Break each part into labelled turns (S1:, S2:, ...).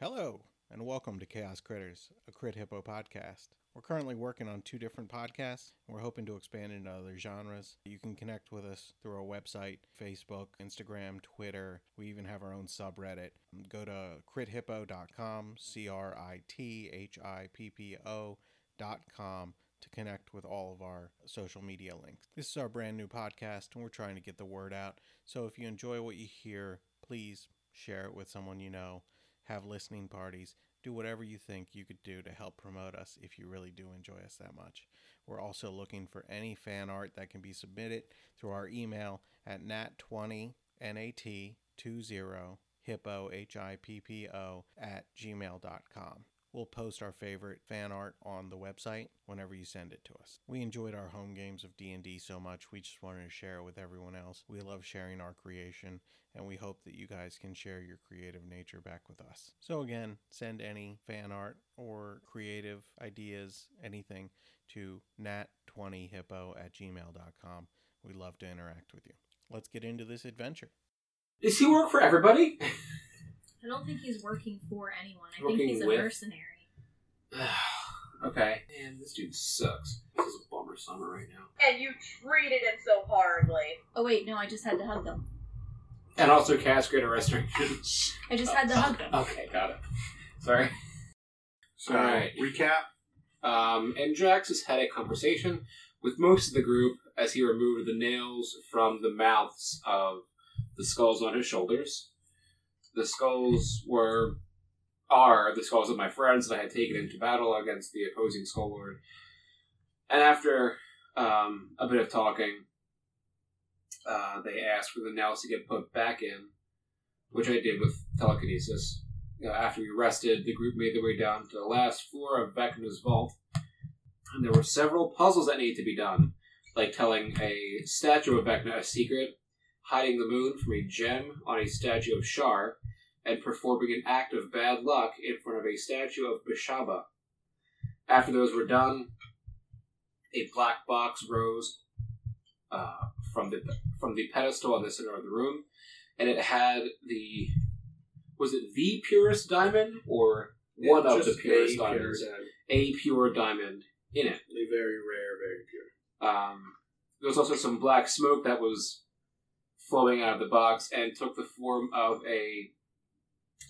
S1: Hello, and welcome to Chaos Critters, a Crit Hippo podcast. We're currently working on two different podcasts, and we're hoping to expand into other genres. You can connect with us through our website, Facebook, Instagram, Twitter. We even have our own subreddit. Go to crithippo.com, C R I T H I P P O dot com to connect with all of our social media links. This is our brand new podcast, and we're trying to get the word out. So if you enjoy what you hear, please share it with someone you know have listening parties, do whatever you think you could do to help promote us if you really do enjoy us that much. We're also looking for any fan art that can be submitted through our email at nat20nat20 hippo h-i-p-p-o at gmail.com we'll post our favorite fan art on the website whenever you send it to us we enjoyed our home games of d&d so much we just wanted to share it with everyone else we love sharing our creation and we hope that you guys can share your creative nature back with us. So, again, send any fan art or creative ideas, anything, to nat20hippo at gmail.com. We'd love to interact with you. Let's get into this adventure.
S2: Does he work for everybody?
S3: I don't think he's working for anyone. I
S2: Working
S3: think he's a
S2: with?
S3: mercenary.
S2: okay. Man, this dude sucks. This is a bummer summer right now.
S4: and you treated him so horribly.
S3: Oh wait, no, I just had to hug them.
S2: And also cast greater restoration.
S3: I
S2: Oh.
S3: just had to hug them.
S2: okay, got it. Sorry.
S5: So
S2: Alright.
S5: recap.
S2: Um, and Drax has had a conversation with most of the group as he removed the nails from the mouths of the skulls on his shoulders. The skulls were are the skulls of my friends that I had taken into battle against the opposing skull lord. And after um, a bit of talking, uh, they asked for the nails to get put back in, which I did with telekinesis. Uh, after we rested, the group made their way down to the last floor of Vecna's vault, and there were several puzzles that needed to be done, like telling a statue of Vecna a secret, hiding the moon from a gem on a statue of Shar, and performing an act of bad luck in front of a statue of Bishaba. After those were done, a black box rose uh, from the from the pedestal in the center of the room, and it had the was it the purest diamond or one of the
S5: Just
S2: purest
S5: a
S2: diamonds?
S5: pure diamond.
S2: a pure diamond in it.
S5: A Very rare, very pure.
S2: Um, there was also some black smoke that was flowing out of the box and took the form of a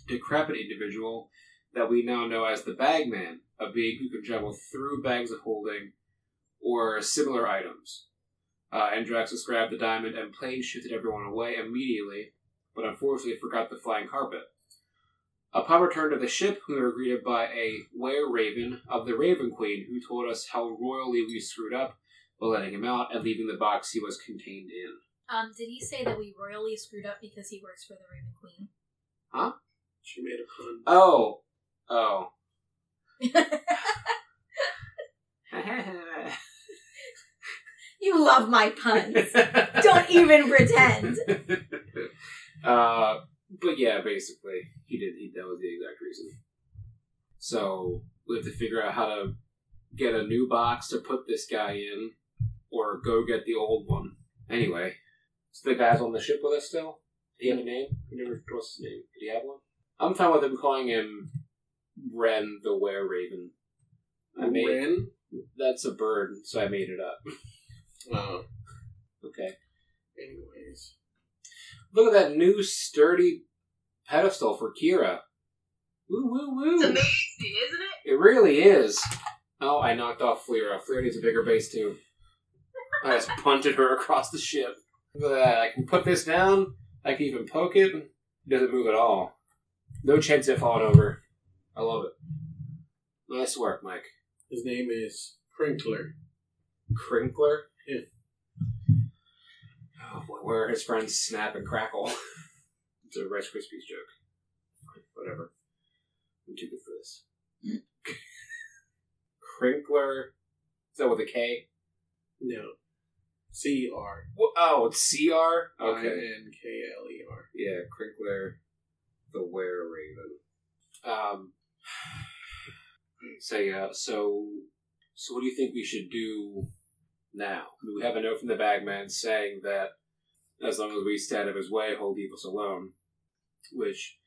S2: decrepit individual that we now know as the Bagman, a being who can travel through bags of holding or similar items. Uh, Andraxis grabbed the diamond and plane shifted everyone away immediately, but unfortunately forgot the flying carpet. Upon return to the ship, we were greeted by a were raven of the Raven Queen, who told us how royally we screwed up by letting him out and leaving the box he was contained in.
S3: Um, did he say that we royally screwed up because he works for the Raven Queen?
S5: She made a pun.
S2: Oh, oh.
S3: You love my puns. Don't even pretend.
S2: uh, but yeah, basically, he did. He, that was the exact reason. So we have to figure out how to get a new box to put this guy in, or go get the old one. Anyway, so the guy's on the ship with us still. Do you have a name? He never told us his name. Did he have one? I'm fine with him calling him Ren the Were Raven. I made
S5: Ren?
S2: that's a bird, so I made it up.
S5: Oh.
S2: Okay.
S5: Anyways.
S2: Look at that new sturdy pedestal for Kira. Woo woo
S4: It's
S2: woo!
S4: amazing, isn't it?
S2: It really is. Oh, I knocked off Fleera. Fleera needs a bigger base too. I just punted her across the ship. Look at that. I can put this down. I can even poke it. It doesn't move at all. No chance of falling over. I love it. Nice work, Mike.
S5: His name is Crinkler.
S2: Crinkler?
S5: Yeah.
S2: Oh boy, where are his friends Snap and Crackle? it's a Rice Krispies joke. Whatever. I'm too good for this. Crinkler. Is that with a K?
S5: No. C R
S2: Wh- Oh, it's CR?
S5: I
S2: Okay.
S5: N K L E R.
S2: Yeah, Crinkler, the Were Raven. Um, so yeah, so so what do you think we should do now? I mean, we have a note from the bagman saying that as long as we stay out of his way, he'll leave us alone. Which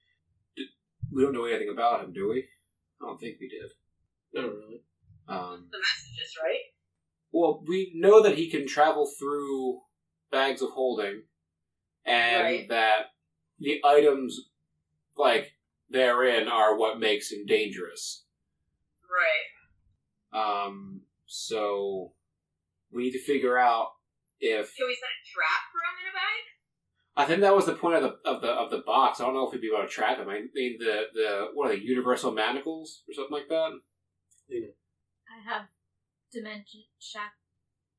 S2: d- we don't know anything about him, do we? I don't think we did.
S5: Not really.
S2: Um,
S4: The messages, right?
S2: well, we know that he can travel through bags of holding, and
S4: Right.
S2: that the items, like therein, are what makes him dangerous.
S4: Right.
S2: Um, so we need to figure out if
S4: Can we set a trap for him in a bag?
S2: I think that was the point of the of the of the box. I don't know if we'd be able to trap him. I mean, the the what are the universal manacles or something like that?
S3: I have dimension shack.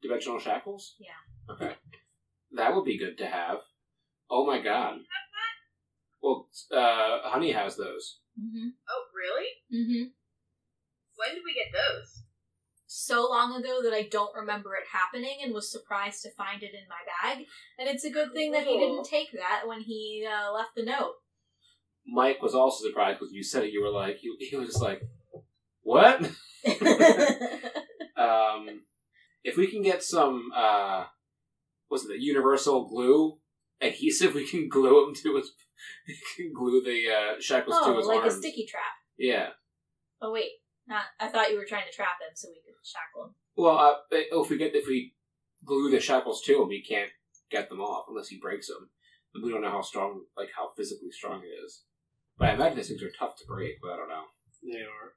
S2: Dimensional shackles.
S3: Yeah.
S2: Okay, that would be good to have. Oh my god. Well, uh, Honey has those.
S3: Mm-hmm.
S4: Oh, really?
S3: Mm-hmm.
S4: When did we get those?
S3: So long ago that I don't remember it happening, and was surprised to find it in my bag. And it's a good thing that he
S4: Cool.
S3: didn't take that when he uh, left the note.
S2: Mike was also surprised because you said it. You were like, you, he was just like, what? um, if we can get some, uh, what's it, the universal glue adhesive, we can glue him to his, we can glue the uh, shackles to
S3: oh,
S2: his
S3: like
S2: arms.
S3: a sticky trap.
S2: Yeah.
S3: Oh wait, not. I thought you were trying to trap him so we could shackle him.
S2: Well, uh, if we get if we glue the shackles to him, he can't get them off unless he breaks them. And we don't know how strong, like how physically strong it is. But I imagine these things are tough to break. But I don't know.
S5: They are.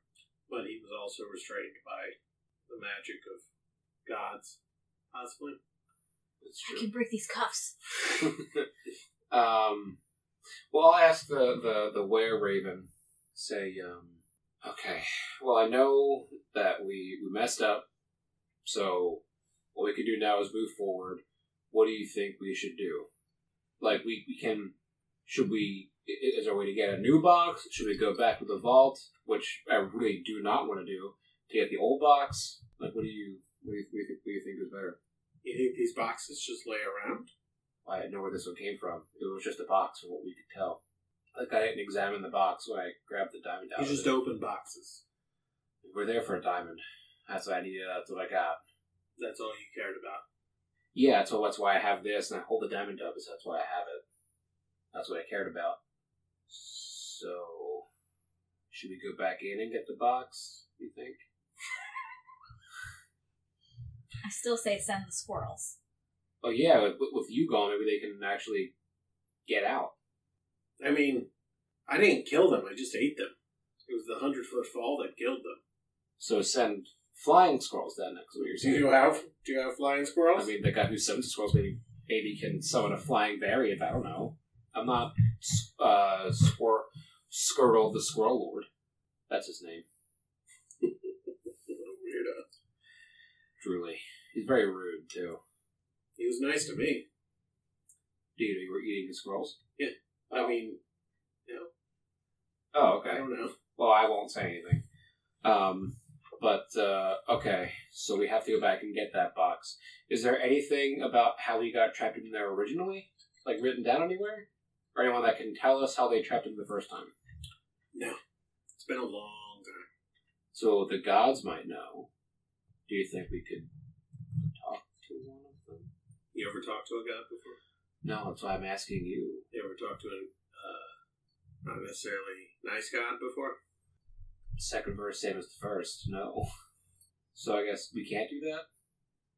S5: But he was also restrained by the magic of gods, possibly.
S2: It's
S3: I can break these cuffs.
S2: um, well, I'll ask the the the were raven. Say, um, okay. Well, I know that we we messed up. So what we can do now is move forward. What do you think we should do? Like we we can should we i- i- is there a way to get a new box? Should we go back to the vault, which I really do not want to do, to get the old box? Like, what do you what do you, what do you, think, what do you think is better?
S5: You think these boxes just lay around?
S2: I didn't know where this one came from. It was just a box, from what we could tell. Like I didn't examine the box when I grabbed the diamond out.
S5: You
S2: of
S5: just
S2: it.
S5: open boxes.
S2: We're there for a diamond. That's what I needed. That's what I got.
S5: That's all you cared about.
S2: Yeah, so that's why I have this, and I hold the diamond up. Is that's why I have it. That's what I cared about. So, should we go back in and get the box? You think?
S3: I still say send the squirrels.
S2: Oh yeah, with, with you gone, maybe they can actually get out.
S5: I mean, I didn't kill them, I just ate them. It was the hundred foot fall that killed them.
S2: So send flying squirrels then. That's what you're
S5: Do
S2: saying.
S5: you have do you have flying squirrels?
S2: I mean, the guy who summons the squirrels maybe maybe can summon a flying variant. I don't know. I'm not uh, Squir- Squirrel the Squirrel Lord. That's his name.
S5: What a weirdo.
S2: Truly, he's very rude too.
S5: He was nice to me.
S2: Dude, you were eating his squirrels.
S5: Yeah. I mean, no,
S2: Oh,
S5: I
S2: okay.
S5: don't know.
S2: Well, I won't say anything. Um, but uh, okay. So we have to go back and get that box. Is there anything about how he got trapped in there originally, like written down anywhere, or anyone that can tell us how they trapped him the first time?
S5: It's been a long time.
S2: So the gods might know. Do you think we could talk to one of them?
S5: You ever talked to a god before?
S2: No, that's why I'm asking you.
S5: You ever talked to an uh, not necessarily nice god before?
S2: Second verse, same as the first. No. So I guess we can't do that.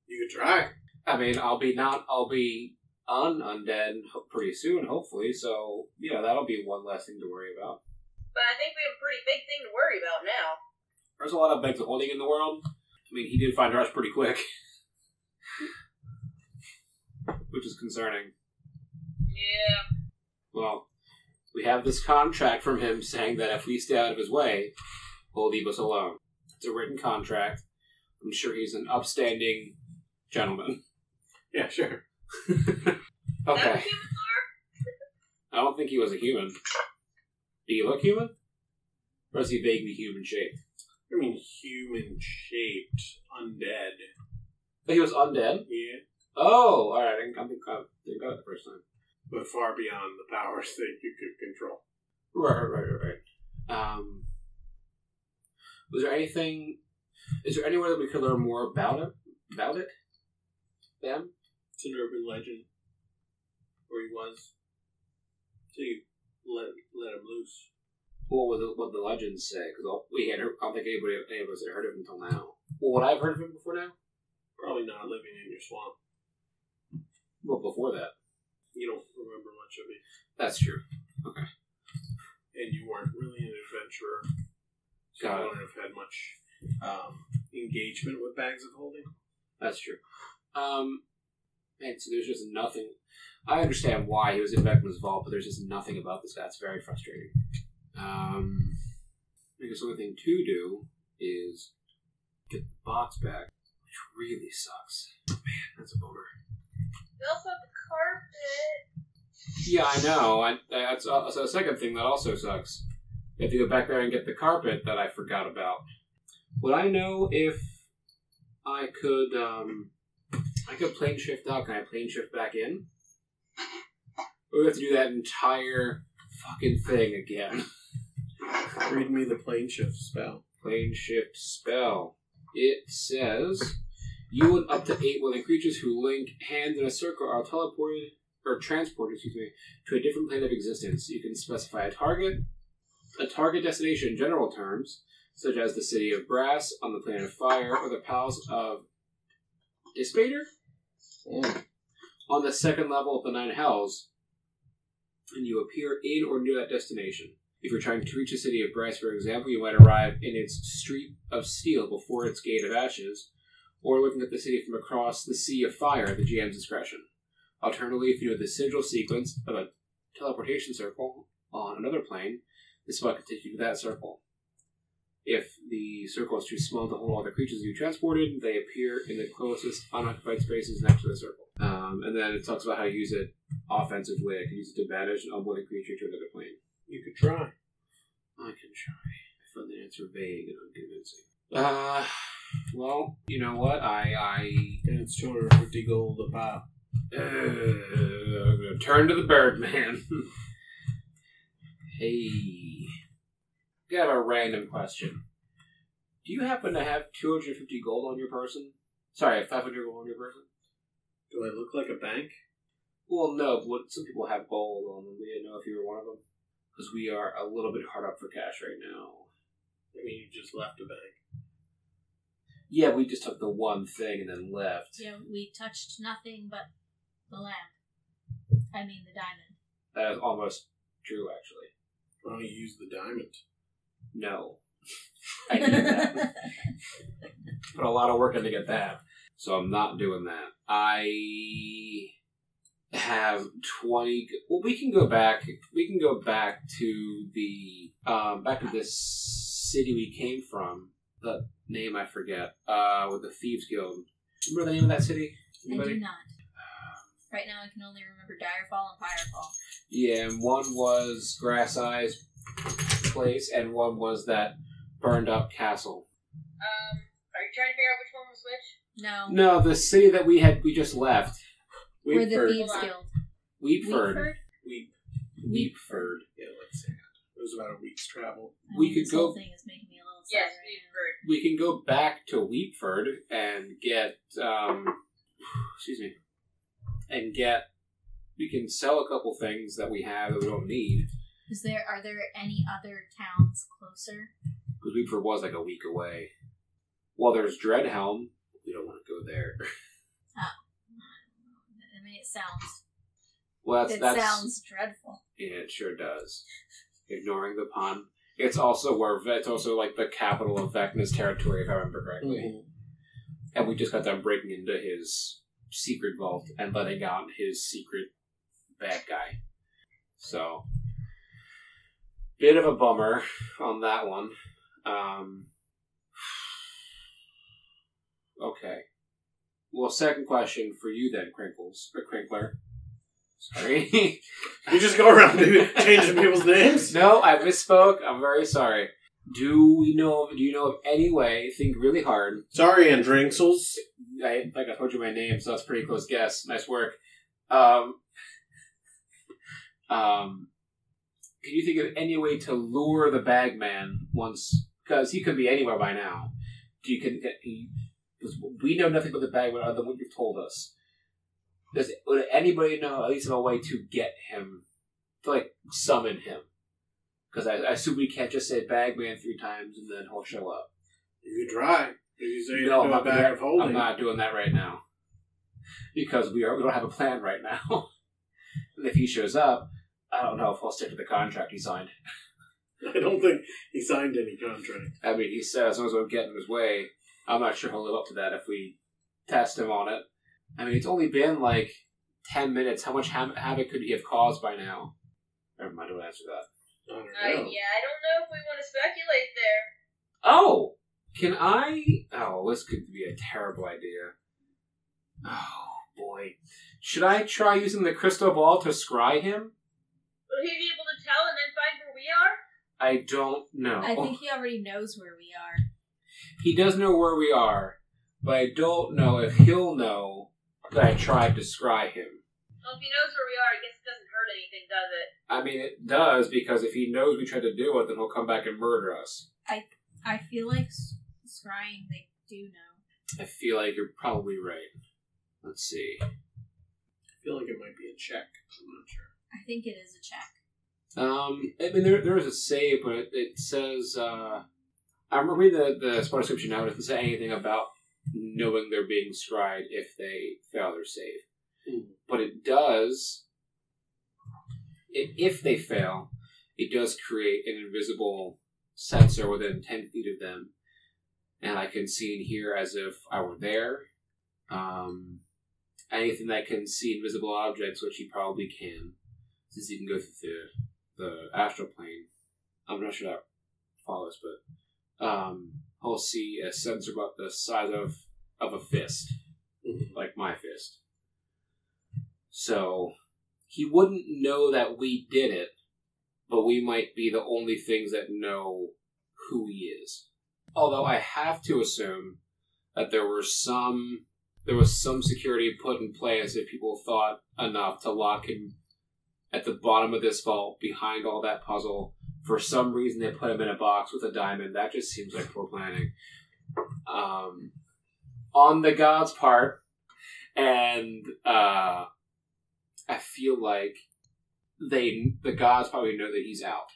S5: You could try.
S2: I mean, I'll be not. I'll be un undead ho- pretty soon, hopefully. So you know that'll be one less thing to worry about.
S4: But I think we have a pretty big thing to worry about now.
S2: There's a lot of bags of holding in the world. I mean, he did find ours pretty quick, which is concerning.
S4: Yeah.
S2: Well, we have this contract from him saying that if we stay out of his way, he'll leave us alone. It's a written contract. I'm sure he's an upstanding gentleman.
S5: Yeah, sure.
S4: That
S2: Okay.
S4: was human
S2: I don't think he was a human. Do you look human? Or is he vaguely human shaped?
S5: I mean, human shaped undead.
S2: But he was undead.
S5: Yeah,
S2: Oh, all right. I didn't, I think I didn't got it the first time.
S5: but far beyond the powers that you could control.
S2: Right, right, right, right, right. Um, was there anything? Is there anywhere that we could learn more about it? About it? Them?
S5: It's an urban legend, or he was. So you let let him loose.
S2: What would the, what the legends say? Because we had, heard- I don't think anybody, any of us had heard of him until now. Well, what I've heard of him before now.
S5: Probably not living in your swamp.
S2: Well, before that.
S5: You don't remember much of it,
S2: That's true.
S5: and you weren't really an adventurer. So
S2: Got
S5: you
S2: it.
S5: wouldn't have had much um, engagement with bags of holding.
S2: That's true. Um, and so there's just nothing. I understand why he was in Beckman's vault, but there's just nothing about this guy. It's very frustrating. Um, I guess the only thing to do is get the box back, which really sucks. Man, that's a bummer.
S4: We also have the carpet.
S2: Yeah, I know. I, that's also a second thing that also sucks. You have to go back there and get the carpet that I forgot about. Would I know if I could? Um, I could plane shift out. Can I plane shift back in? Or we have to do that entire fucking thing again.
S5: Read me the plane shift spell.
S2: Plane shift spell. It says you and up to eight willing creatures who link hands in a circle are teleported or transported, excuse me, to a different plane of existence. You can specify a target, a target destination in general terms, such as the city of brass on the planet of fire or the palace of Dispater on the second level of the nine hells, and you appear in or near that destination. If you're trying to reach the city of brass, for example, you might arrive in its street of steel before its gate of ashes, or looking at the city from across the sea of fire at the GM's discretion. Alternatively, if you know the sigil sequence of a teleportation circle on another plane, this spell can take you to that circle. If the circle is too small to hold all the creatures you transported, they appear in the closest unoccupied spaces next to the circle. Um, and then it talks about how to use it offensively. I can use it to banish an unwanted creature to another plane.
S5: You could try.
S2: I can try. I found the answer vague and unconvincing. Uh, well, you know what? I, I
S5: And it's 250 gold a pop.
S2: uh, turn to the Birdman. hey, I have a random question. Do you happen to have 250 gold on your person? Sorry, 500 gold on your person?
S5: Do I look like a bank?
S2: Well, no, but what- some people have gold on them. We didn't know if you were one of them. Because we are a little bit hard up for cash right now.
S5: I mean, you just left a bank.
S2: Yeah, we just took the one thing and then left.
S3: Yeah, we touched nothing but the lamp. I mean, the diamond.
S2: That is almost true, actually.
S5: Why don't you use the diamond?
S2: No. I did that. Put a lot of work in to get that. So I'm not doing that. I have 20. g- Well, we can go back. We can go back to the. Um, back to this city we came from. The name I forget. Uh, with the Thieves Guild. Remember the name of that city?
S3: I do
S2: Anybody?
S3: not. Right now, I can only remember Direfall and Firefall.
S2: Yeah, and one was Grass Eyes place, and one was that burned up castle.
S4: Um, are you trying to figure out which one was which?
S3: No,
S2: No, the city that we had we just left,
S3: we're the
S5: Weepford.
S3: Thieves
S4: Hold on.
S3: Guild.
S2: Weepford.
S5: Weep.
S2: Weepford.
S5: Yeah, let's see. It was about a week's travel.
S2: We could
S3: Um, this whole
S2: go-
S3: thing is making me a little
S4: Yes,
S3: sad right
S4: we've
S3: now.
S4: heard.
S2: We can go back to Weepford and get um, excuse me, and get. We can sell a couple things that we have that we don't need
S3: Is there are there any other towns closer?
S2: because Weepford was like a week away. Well, there's Dreadhelm. We don't want to go there.
S3: I mean, it sounds
S2: Well, that's
S3: it
S2: that's
S3: sounds dreadful.
S2: Yeah, it sure does. Ignoring the pun. It's also where it's also like the capital of Vecna's territory, if I remember
S5: Mm-hmm.
S2: correctly. And we just got done breaking into his secret vault and letting out his secret bad guy. So, bit of a bummer on that one. Um, okay. Well, second question for you then, Crinkles or Crinkler. Sorry.
S5: You just go around changing people's names.
S2: No, I misspoke. I'm very sorry. Do we know? of- Do you know of any way? Think really hard.
S5: Sorry, Andrinxels.
S2: I like I told you my name, so that's a pretty close guess. Nice work. Um, um, can you think of any way to lure the bagman once? Because he could be anywhere by now. Do you can? Because we know nothing about the bagman other than what you've told us. Does would anybody know at least of a way to get him to like summon him? Because I, I assume we can't just say bagman three times and then he'll show up.
S5: You could try. If you say
S2: No,
S5: no,
S2: I'm
S5: a
S2: not,
S5: bag
S2: doing,
S5: of holding.
S2: I'm not doing that right now because we are we don't have a plan right now. and if he shows up, I don't know if I'll stick to the contract he signed.
S5: I don't think he signed any contract.
S2: I mean, he said as long as we don't get in his way, I'm not sure he'll live up to that if we test him on it. I mean, it's only been like ten minutes. How much ham- havoc could he have caused by now? Never mind. I don't answer that.
S5: I don't
S4: I,
S5: know.
S4: Uh, yeah, I don't know if we want to speculate there.
S2: Oh, can I? Oh, this could be a terrible idea. Oh boy, should I try using the crystal ball to scry him?
S4: Will he be able to tell and then find where we are?
S2: I don't know.
S3: I think he already knows where we are.
S2: he does know where we are, but I don't know if he'll know that I tried to scry him.
S4: Well, if he knows where we are, I guess it doesn't hurt anything, does it?
S2: I mean, it does because if he knows we tried to do it, then he'll come back and murder us.
S3: I feel like s- scrying they do know.
S2: I feel like you're probably right. Let's see.
S5: I feel like it might be a check. I'm not sure.
S3: I think it is a check.
S2: Um, I mean, there there is a save, but it, it says uh, I'm reading the the spot description now. It doesn't say anything about knowing they're being scried if they fail their save,
S5: Hmm.
S2: but it does. i if they fail, it does create an invisible sensor within ten feet of them, and I can see and hear as if I were there. Um, anything that can see invisible objects, which you probably can, since you can go through the the astral plane. I'm not sure that follows, but um, he'll see a sensor about the size of of a fist,
S5: Mhm.
S2: like my fist. So he wouldn't know that we did it, but we might be the only things that know who he is. Although I have to assume that there were some there was some security put in place if people thought enough to lock him at the bottom of this vault behind all that puzzle. For some reason, they put him in a box with a diamond. That just seems like poor planning. Um, on the god's part, and uh, I feel like they the gods probably know that he's out.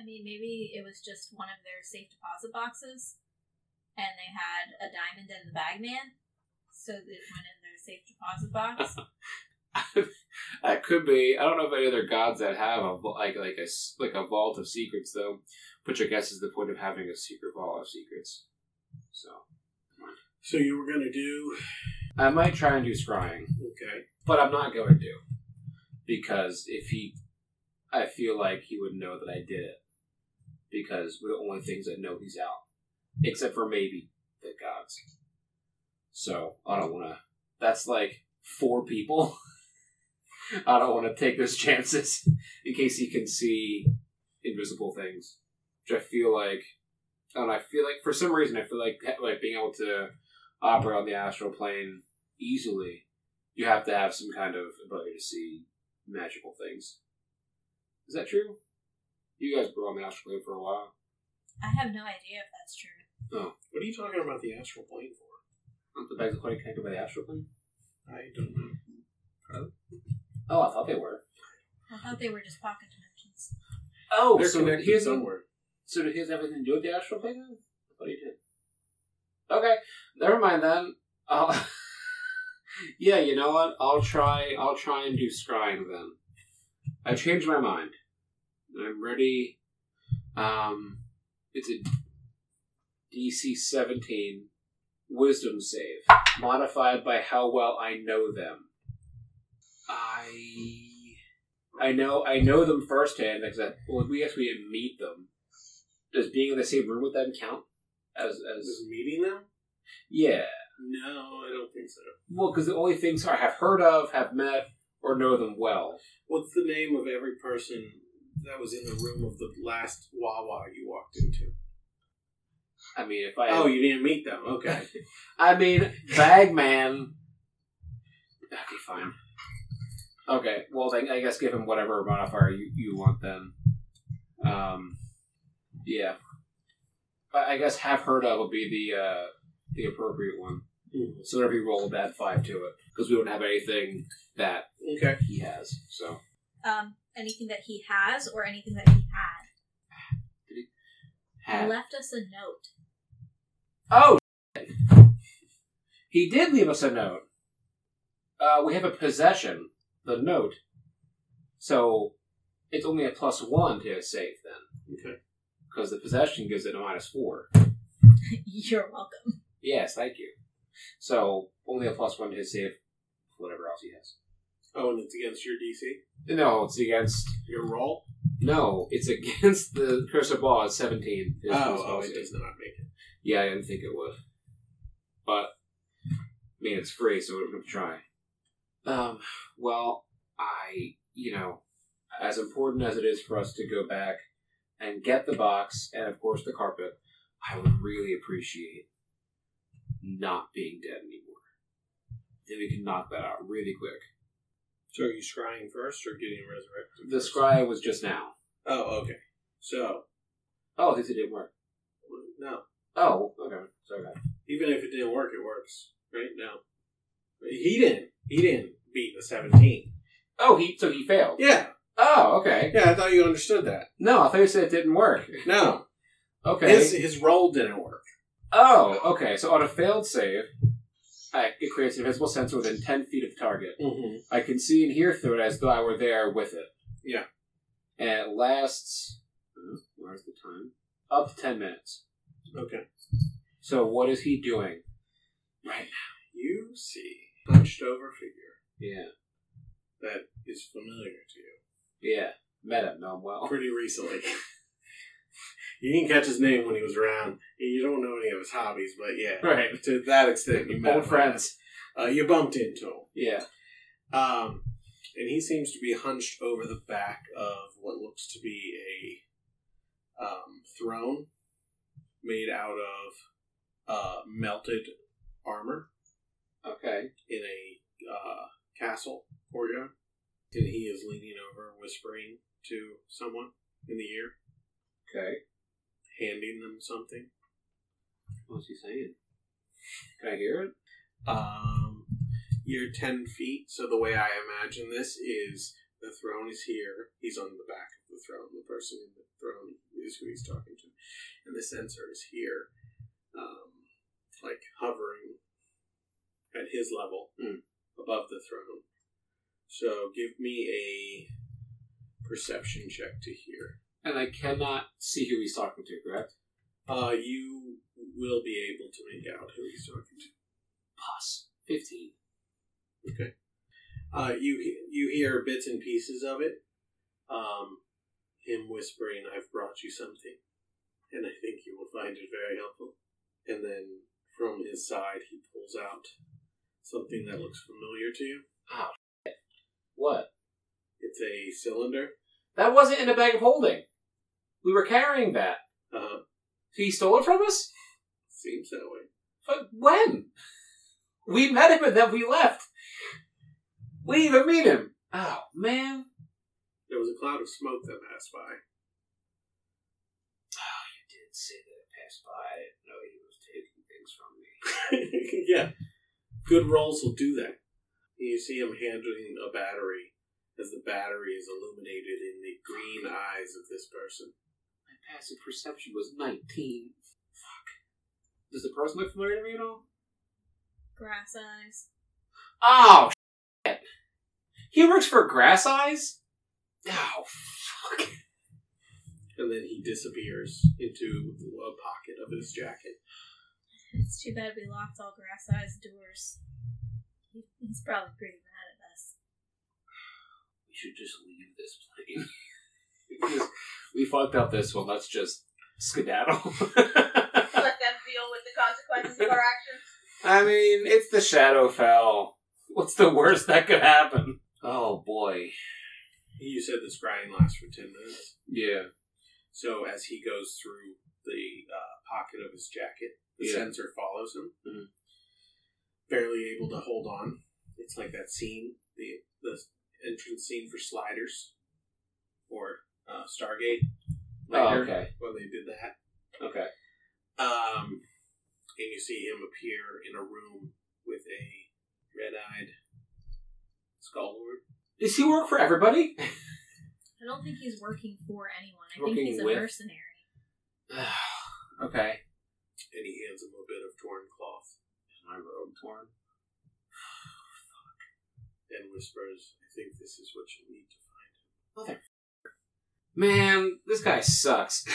S3: I mean, maybe it was just one of their safe deposit boxes, and they had a diamond in the bag man, so it went in their safe deposit box.
S2: that could be. I don't know if any other gods that have a vault- like like a s- like a vault of secrets though, which I guess is the point of having a secret vault of secrets. So
S5: So you were going to do.
S2: I might try and do scrying.
S5: Okay.
S2: but I'm not going to because if he, I feel like he would know that I did it because we're the only things that know he's out, except for maybe the gods. So I don't want to. That's like four people. I don't want to take those chances in case he can see invisible things, which I feel like. And I feel like for some reason I feel like like being able to operate on the astral plane easily you have to have some kind of ability to see magical things. Is that true? You guys were on the astral plane for a while.
S3: I have no idea if that's true.
S5: What are you talking about the astral plane for?
S2: Aren't the bags of coin connected by the astral plane?
S5: I don't know.
S2: Oh, I thought they were.
S3: I thought they were just pocket dimensions.
S2: Oh,
S5: They're
S2: so
S5: connected
S2: here's
S5: somewhere.
S2: so did he has everything to do with the astral plane? Then? I thought he did. Okay, never mind then. I'll yeah, you know what? I'll try. I'll try and do scrying then. I changed my mind. I'm ready. Um, it's a DC 17 Wisdom save, modified by how well I know them. I I know I know them firsthand because I, well, we guess we didn't meet them. Does being in the same room with them count? As as
S5: Is meeting them?
S2: yeah,
S5: No, I don't think so.
S2: well, because the only things I have heard of, have met, or know them well.
S5: What's the name of every person that was in the room of the last Wawa you walked into?
S2: I mean, if I
S5: Oh, you didn't meet them. Okay.
S2: I mean, Bagman. Okay, fine. Okay, well then I guess give him whatever modifier you, you want then. Um, yeah. I, I guess have heard of would be the uh, the appropriate one.
S5: Mhm.
S2: So whenever you roll a add five to it, because we don't have anything that
S5: okay.
S2: he has. So
S3: Um, anything that he has or anything that he had. He
S2: have.
S3: left us a note.
S2: Oh, he did leave us a note. Uh, we have a possession, the note. So it's only a plus one to a save then.
S5: Okay.
S2: because the possession gives it a minus four.
S3: You're welcome.
S2: Yes, thank you. So only a plus one to his save, whatever else he has.
S5: Oh, and it's against your DC,
S2: No, it's against.
S5: your roll.
S2: No, it's against the curse of law. It's seventeen. is
S5: Oh,
S2: his
S5: oh,
S2: spell
S5: it
S2: save.
S5: does not make it.
S2: Yeah, I didn't think it would, but I mean it's free, so we're gonna try. Um. Well, I, you know, as important as it is for us to go back and get the box and of course the carpet, I would really appreciate not being dead anymore. Then we can knock that out really quick.
S5: So, are you scrying first or getting resurrected?
S2: The
S5: first?
S2: scry was just now.
S5: Oh, okay. So,
S2: Oh, this it didn't work.
S5: no.
S2: Oh, okay. Sorry. about that.
S5: Even if it didn't work, it works. Right? No. He didn't. He didn't beat a 17.
S2: Oh, he so he failed.
S5: Yeah.
S2: Oh, okay.
S5: Yeah, I thought you understood that.
S2: No, I thought you said it didn't work.
S5: No.
S2: Okay.
S5: His, his roll didn't work.
S2: Oh, okay. So on a failed save, I, it creates an invisible sensor within 10 feet of the target.
S5: Mm-hmm.
S2: I can see and hear through it as though I were there with it.
S5: Yeah.
S2: And it lasts, uh, where's the time? Up to 10 minutes.
S5: Okay.
S2: So what is he doing? Right
S5: You see a hunched over figure
S2: now. Yeah.
S5: that is familiar to you
S2: Yeah. Met him, know him well.
S5: pretty recently. you didn't catch his name when he was around, and you don't know any of his hobbies, but yeah.
S2: Right.
S5: To that extent, you met
S2: Old
S5: him.
S2: friends.
S5: Uh, you bumped into him.
S2: Yeah.
S5: Um, and he seems to be hunched over the back of what looks to be a um, throne made out of uh, melted armor
S2: Okay.
S5: in a uh, castle courtyard. And he is leaning over, whispering to someone in the ear,
S2: Okay.
S5: handing them something.
S2: What's he saying? Can I hear it?
S5: Um, you're 10 feet, so the way I imagine this is the throne is here. He's on the back of the throne. The person in the throne is who he's talking to. And the sensor is here, um, like hovering at his level
S2: Hmm.
S5: above the throne. So give me a perception check to hear.
S2: And I cannot see who he's talking to, correct?
S5: Uh, you will be able to make out who he's talking to.
S2: Plus 15.
S5: Okay. Uh, you he- you hear bits and pieces of it. Um, him whispering, "I've brought you something, and I think you will find it very helpful." And then from his side, he pulls out something that looks familiar to you.
S2: What?
S5: It's a cylinder.
S2: That wasn't in a bag of holding. We were carrying that.
S5: Uh,
S2: He stole it from us?
S5: seems that way.
S2: But when? We met him and then we left. We didn't even meet him. Oh, man.
S5: There was a cloud of smoke that passed by.
S2: You did say that it passed by. I didn't know he was taking things from me.
S5: yeah. Good rolls will do that. You see him handling a battery as the battery is illuminated in the green eyes of this person.
S2: My passive perception was 19. Fuck. Does the person look familiar to me at all?
S3: Grass eyes.
S2: Oh, shit. He works for Grass Eyes? Oh, fuck.
S5: And then he disappears into a pocket of his jacket.
S3: It's too bad we locked all grass eyes doors. He- He's probably pretty mad at us.
S2: we should just leave this plane. because we fucked up this one. Let's just skedaddle.
S4: Let them deal with the consequences of our actions.
S2: I mean, it's the Shadowfell. What's the worst that could happen? Oh boy.
S5: You said this grind lasts for 10 minutes.
S2: Yeah.
S5: So as he goes through the uh, pocket of his jacket. The
S2: Yeah.
S5: sensor follows him,
S2: Mhm.
S5: barely able to hold on. It's like that scene, the the entrance scene for Sliders or uh, Stargate
S2: Oh,
S5: later
S2: okay.
S5: when they did that.
S2: Okay.
S5: Um, and you see him appear in a room with a red-eyed skull lord.
S2: Does he work for everybody?
S3: I don't think he's working for anyone. I
S2: Working
S3: think he's a
S2: with?
S3: mercenary.
S2: okay.
S5: and he hands him a bit of torn cloth
S2: Is my robe torn?
S5: and whispers, I think this is what you need to find.
S2: Man, this guy sucks.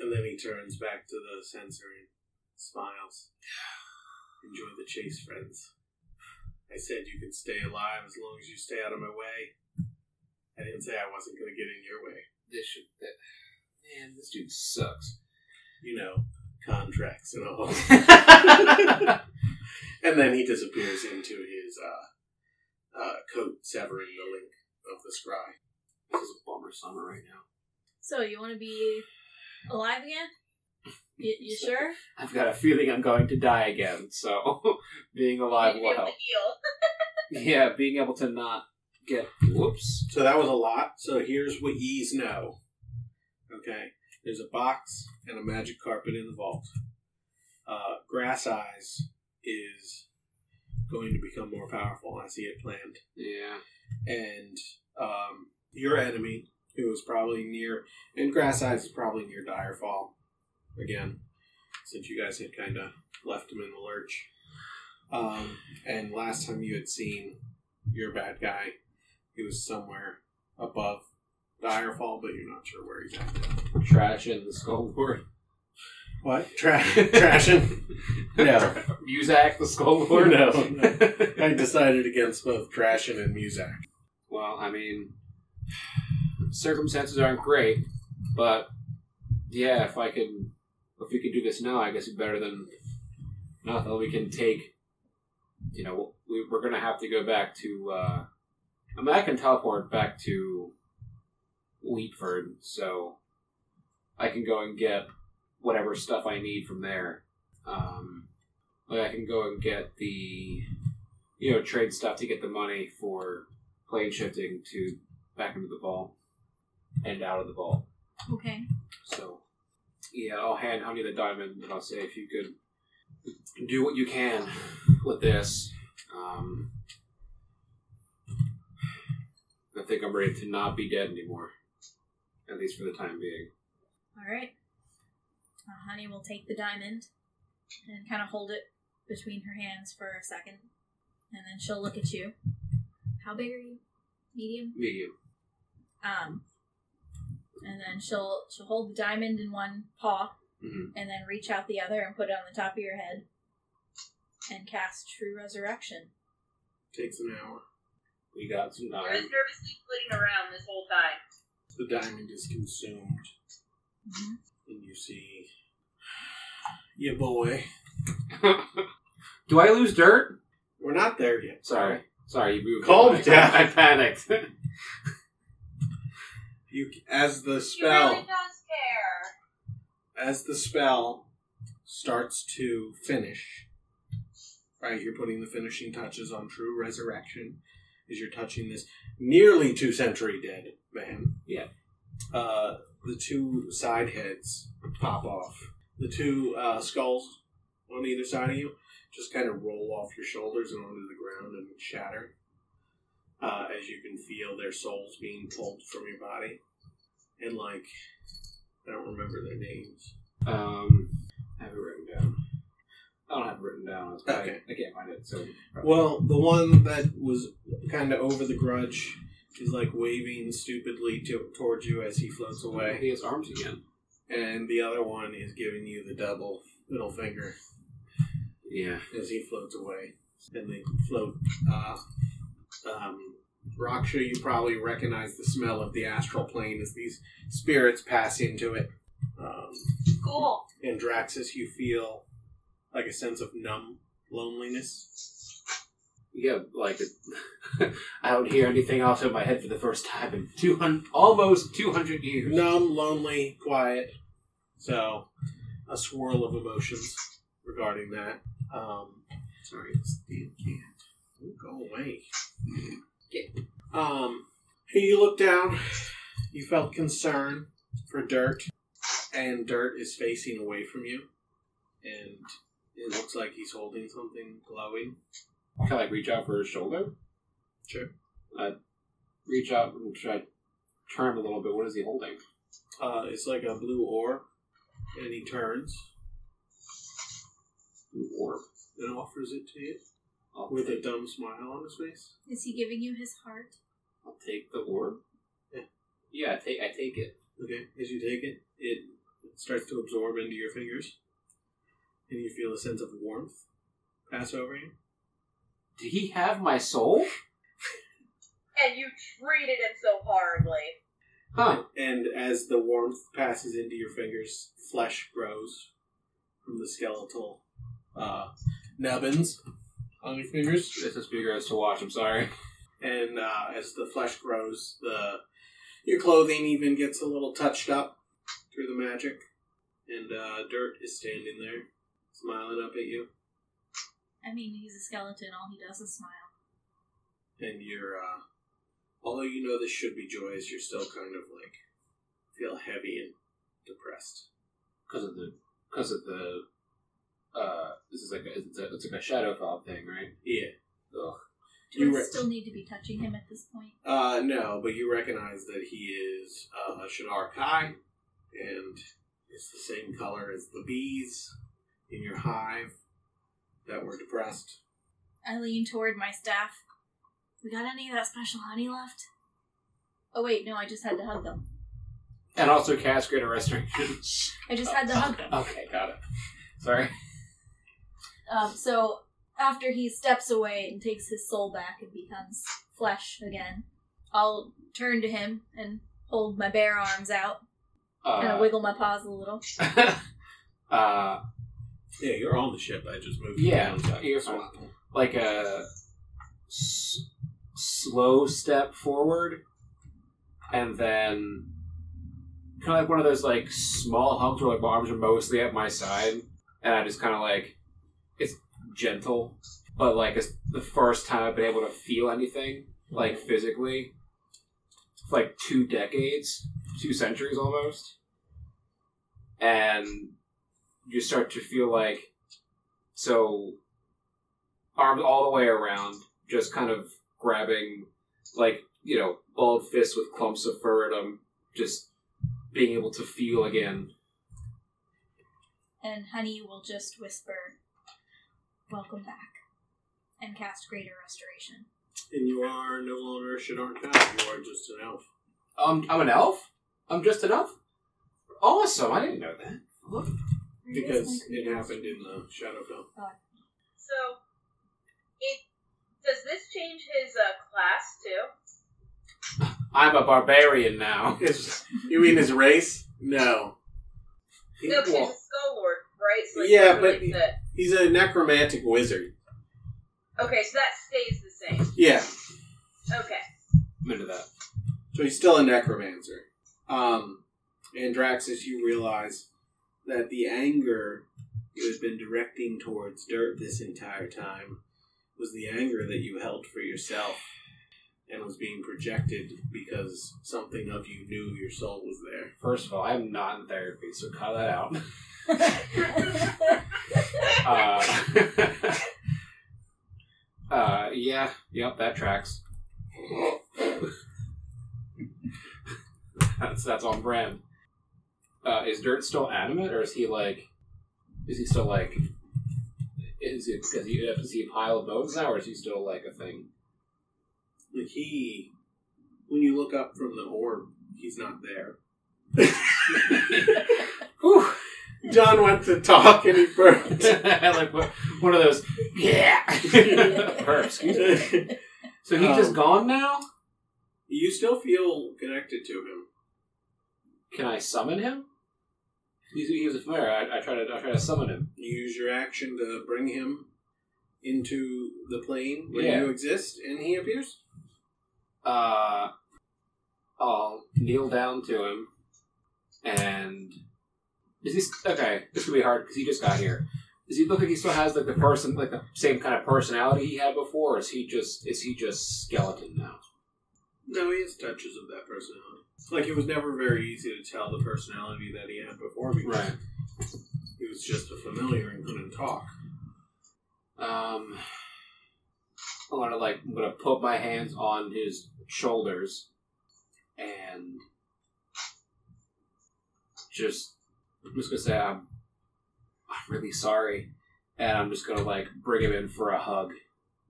S5: And then he turns back to the sensor and smiles. Enjoy the chase, friends. I said you can stay alive as long as you stay out of my way. I didn't say I wasn't going to get in your way.
S2: this should, that, man, this dude sucks.
S5: You know, contracts and all. and then he disappears into his uh, uh, coat, severing the link of the scry.
S2: This is a bummer summer right now.
S3: So you want to be alive again? You, you sure?
S2: I've got a feeling I'm going to die again, so being alive
S4: Maybe
S2: will
S4: with
S2: help.
S4: the heel.
S2: Yeah, being able to not get whoops.
S5: So that was a lot. So here's what yees know. Okay. There's a box and a magic carpet in the vault. Uh, Grass Eyes is going to become more powerful. I see it planned.
S2: Yeah.
S5: And um, your enemy, who is probably near, and Grass Eyes is probably near Direfall again, since you guys had kind of left him in the lurch. Um, and last time you had seen your bad guy, he was somewhere above Direfall, but you're not sure where he's at.
S2: Trash in the skull lord.
S5: What? Tra- trashing? No.
S2: Muzak the skull lord?
S5: No, I decided against both Trashing and Muzak.
S2: well, I mean circumstances aren't great, but yeah, if I can if we could do this now, I guess it's better than nothing. We can take you know, we, we're gonna have to go back to uh I mean I can teleport back to Wheatford, so I can go and get whatever stuff I need from there. Um, like I can go and get the, you know, trade stuff to get the money for plane shifting to back into the vault and out of the vault.
S3: Okay.
S2: So, yeah, I'll hand Honey the diamond and I'll say if you could do what you can with this. Um, I think I'm ready to not be dead anymore, at least for the time being.
S3: All right. Uh, honey will take the diamond and kind of hold it between her hands for a second, and then she'll look at you. How big are you? Medium.
S2: Medium.
S3: Um. And then she'll she'll hold the diamond in one paw
S2: Mhm.
S3: and then reach out the other and put it on the top of your head and cast True Resurrection.
S5: Takes an hour.
S2: We got some
S4: I was
S2: diamond.
S4: nervously flitting around this whole time.
S5: The diamond is consumed.
S3: Mm-hmm.
S5: and you see your boy.
S2: Do I lose dirt?
S5: We're not there yet.
S2: Sorry. Sorry, you moved.
S5: Calm
S2: I-
S5: down.
S2: I panicked.
S5: You as the
S4: He
S5: spell
S4: really does care.
S5: as the spell starts to finish. Right, you're putting the finishing touches on true resurrection as you're touching this nearly two century dead man.
S2: Yeah.
S5: Uh, the two side heads pop off. The two uh, skulls on either side of you just kind of roll off your shoulders and onto the ground and shatter. Uh, as you can feel their souls being pulled from your body. And like, I don't remember their names.
S2: um, I have it written down. I don't have it written down. It's probably-
S5: Okay.
S2: I can't find it. So
S5: Well, the one that was kind of over the grudge is like waving stupidly to, towards you as he floats away,
S2: he has arms again.
S5: and the other one is giving you the double middle finger
S2: Yeah.
S5: as he floats away. And they float. Uh, um, Raksha, you probably recognize the smell of the astral plane as these spirits pass into it. Um,
S4: Cool.
S5: and Draxus, you feel like a sense of numb loneliness.
S2: Yeah, like it- I don't hear anything else in my head for the first time in two hundred, almost two hundred years.
S5: numb, lonely, quiet. So a swirl of emotions regarding that. Um, sorry, it's damn can. Oh, Go away. Um, you look down. You felt concern for Dirt, and Dirt is facing away from you, and it looks like he's holding something glowing.
S2: Can I like, reach out for his shoulder?
S5: Sure.
S2: I reach out and try to turn him a little bit. What is he holding?
S5: Uh, it's like a blue orb, and he turns
S2: An orb.
S5: and offers it to you
S2: I'll
S5: with a
S2: take,
S5: dumb smile on his face.
S3: Is he giving you his heart?
S2: I'll take the orb.
S5: Yeah.
S2: Yeah, I take, I take it.
S5: Okay, as you take it, it starts to absorb into your fingers, and you feel a sense of warmth pass over you.
S2: Did he have my soul?
S4: And you treated him so horribly.
S2: Huh.
S5: And as the warmth passes into your fingers, flesh grows from the skeletal uh, nubbins on your fingers.
S2: This is bigger as to watch, I'm sorry.
S5: And uh, as the flesh grows, the your clothing even gets a little touched up through the magic. And uh, Dirt is standing there, smiling up at you.
S3: I mean, he's a skeleton. All he does is smile.
S5: and you're uh although you know this should be joyous you're still kind of like feel heavy and depressed
S2: Because of the, because of the, uh, this is like a, it's, a, it's like a shadow file thing, right?
S5: yeah
S2: Ugh.
S3: Do
S5: You
S3: I
S5: were-
S3: still need to be touching him at this point?
S5: uh no but you recognize that he is uh, a shadar kai and it's the same color as the bees in your hive that were depressed
S3: I lean toward my staff. We got any of that special honey left? Oh wait, no, I just had to hug them.
S2: And also cast greater restoration.
S3: I just had to hug them.
S2: okay, got it. Sorry.
S3: Um, so after he steps away and takes his soul back and becomes flesh again, I'll turn to him and hold my bare arms out, kind of
S2: Uh,
S3: wiggle my paws a little.
S2: uh,
S5: yeah you're on the ship i just moved
S2: Yeah,
S5: you down.
S2: you're fine. like a s- slow step forward, and then kind of like one of those like small humps where like my arms are mostly at my side, and I just kind of like it's gentle, but like it's the first time I've been able to feel anything like physically, for, like two decades, two centuries almost, and you start to feel like so arms all the way around, just kind of grabbing, like, you know, bald fists with clumps of fur in them, just being able to feel again.
S3: And Honey will just whisper, "Welcome back," and cast Greater Restoration.
S5: and you are no longer a shadar kai you are just an elf
S2: Um, I'm an elf? I'm just an elf? Awesome, I didn't know that. Look.
S3: Where is
S5: because
S3: my
S5: it
S3: Greater
S5: happened in
S3: Restoration?
S5: the shadow film
S4: So, it does this change his uh, class too?
S2: I'm a barbarian now.
S5: His, you mean his race? No. He-
S4: No, because
S5: well,
S4: he's a skull lord, right? So like,
S5: Yeah,
S4: literally
S5: but he-
S4: the-
S5: he's a necromantic wizard.
S4: okay, so that stays the same.
S5: Yeah,
S4: Okay.
S2: I'm into that.
S5: so he's still a necromancer. Um, and Draxus, you realize that the anger you had been directing towards Dirt this entire time was the anger that you held for yourself and was being projected because something of you knew your soul was there.
S2: First of all, I'm not in therapy, so cut that out. Uh, uh, yeah, yep, that tracks. that's that's on brand. Uh, is Dirt still adamant, or is he like, is he still like, is it because he is he a pile of bones now, or is he still like a thing?
S5: Like he, when you look up from the orb, he's not there.
S2: Whew.
S5: John went to talk and he burped.
S2: like one one of those, yeah, burps. So he's just
S5: Um,
S2: gone now.
S5: you still feel connected to him.
S2: Can I summon him? He's, he was a familiar. I, I try to I try to summon him.
S5: You use your action to bring him into the plane where
S2: Yeah.
S5: you exist, and he appears.
S2: Uh, I'll kneel down to him and Is he st- okay? This could be hard because he just got here. Does he look like he still has like the person, like the same kind of personality he had before? Or is he just is he just skeleton now?
S5: No, he has touches of that personality. Like it was never very easy to tell the personality that he had before because he was just a familiar and couldn't talk.
S2: Um, I want to like I'm gonna put my hands on his shoulders and just I'm just gonna say I'm I'm really sorry, and I'm just gonna like bring him in for a hug.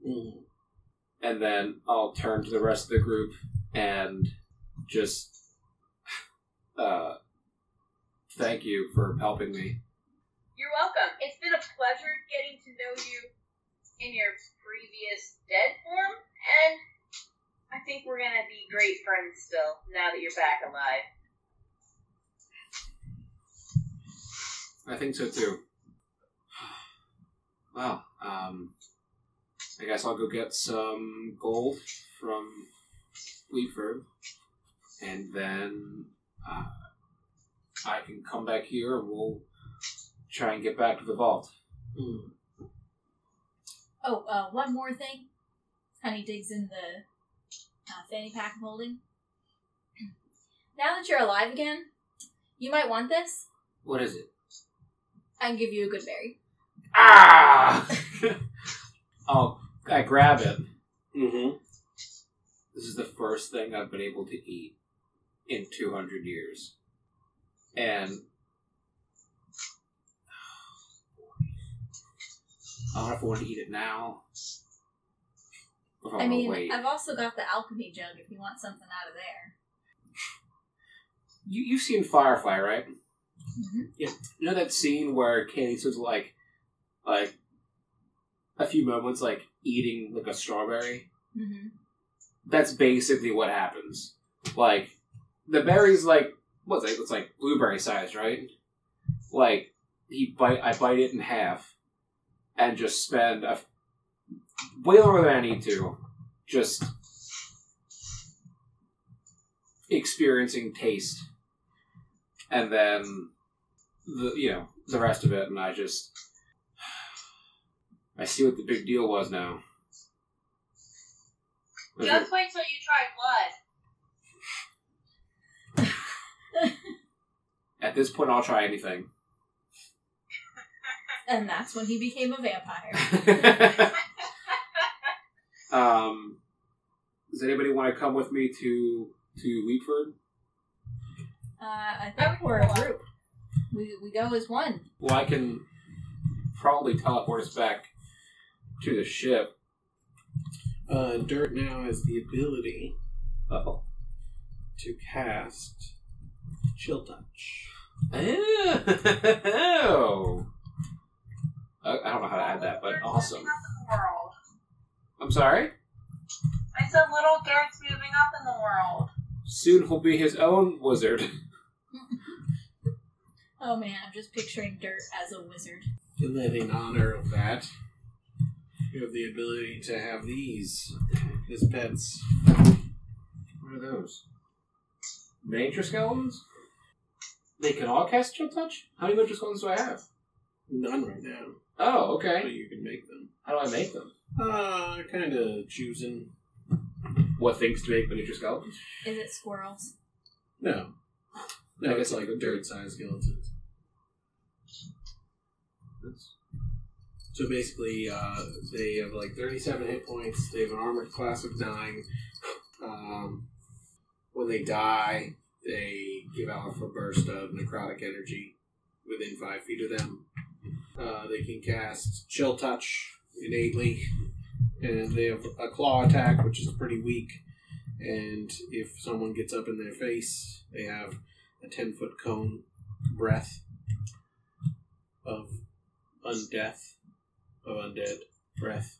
S2: and then I'll turn to the rest of the group and just uh, thank you for helping me.
S4: You're welcome. It's been a pleasure getting to know you in your previous dead form, and I think we're gonna be great friends still now that you're back alive.
S2: I think so too. Well, um, I guess I'll go get some gold from Leaford, and then uh, I can come back here and we'll try and get back to the vault.
S3: Oh, uh, one more thing. Honey digs in the uh, fanny pack I'm holding. Now that you're alive again, you might want this.
S2: What is it?
S3: I can give you a good berry.
S2: Ah! oh, I grab it.
S5: Mm-hmm.
S2: This is the first thing I've been able to eat in 200 years. And. I don't know if I want to eat it now. Or if I,
S3: I
S5: Oh,
S2: want
S3: mean,
S2: to wait.
S3: I've also got the alchemy jug if you want something out of there.
S2: You, you've seen Firefly, right?
S3: Mhm.
S2: Yeah. You know that scene where Kaylee was like, like, a few moments, like, eating, like, a strawberry?
S3: Mm-hmm.
S2: that's basically what happens. Like the berry's like what's it? It's like blueberry size, right? Like he bite, I bite it in half, and just spend a, way longer than I need to, just experiencing taste, and then the you know the rest of it, and I just I see what the big deal was now.
S4: Just wait till you try blood.
S2: At this point, I'll try anything.
S3: And that's when he became a vampire.
S2: um, does anybody want to come with me to to Leapford?
S3: Uh, I
S4: I
S3: think
S4: would
S3: we're a
S4: pull up.
S3: group. We, we go as one.
S2: Well, I can probably teleport us back to the ship.
S5: Uh, Dirt now has the ability
S2: Oh,
S5: to cast Chill Touch.
S2: oh. I I don't know how to add that, but
S4: Dirt's
S2: awesome.
S4: moving up in the world.
S2: I'm sorry.
S4: I said little Dirt's moving up in the world.
S2: Soon he'll be his own wizard.
S3: Oh man, I'm just picturing Dirt as a wizard.
S5: And then, in honor of that, you have the ability to have these as pets.
S2: What are those? Miniature skeletons? They can all cast chill touch? How many miniature skeletons do I have?
S5: None right now,
S2: Oh,
S5: but
S2: okay.
S5: you can make them.
S2: How do I make them?
S5: Uh, kind of choosing.
S2: What things to make miniature skeletons?
S3: Is it squirrels?
S5: No. No,
S2: I guess
S5: it's like dirt sized skeletons. So basically, uh, they have like 37 hit points. They have an armored class of 9. Um, when they die, they give out a burst of necrotic energy within 5 feet of them. Uh, they can cast Chill Touch innately. And they have a claw attack, which is pretty weak. And if someone gets up in their face, they have a 10 foot cone breath of undeath of undead breath.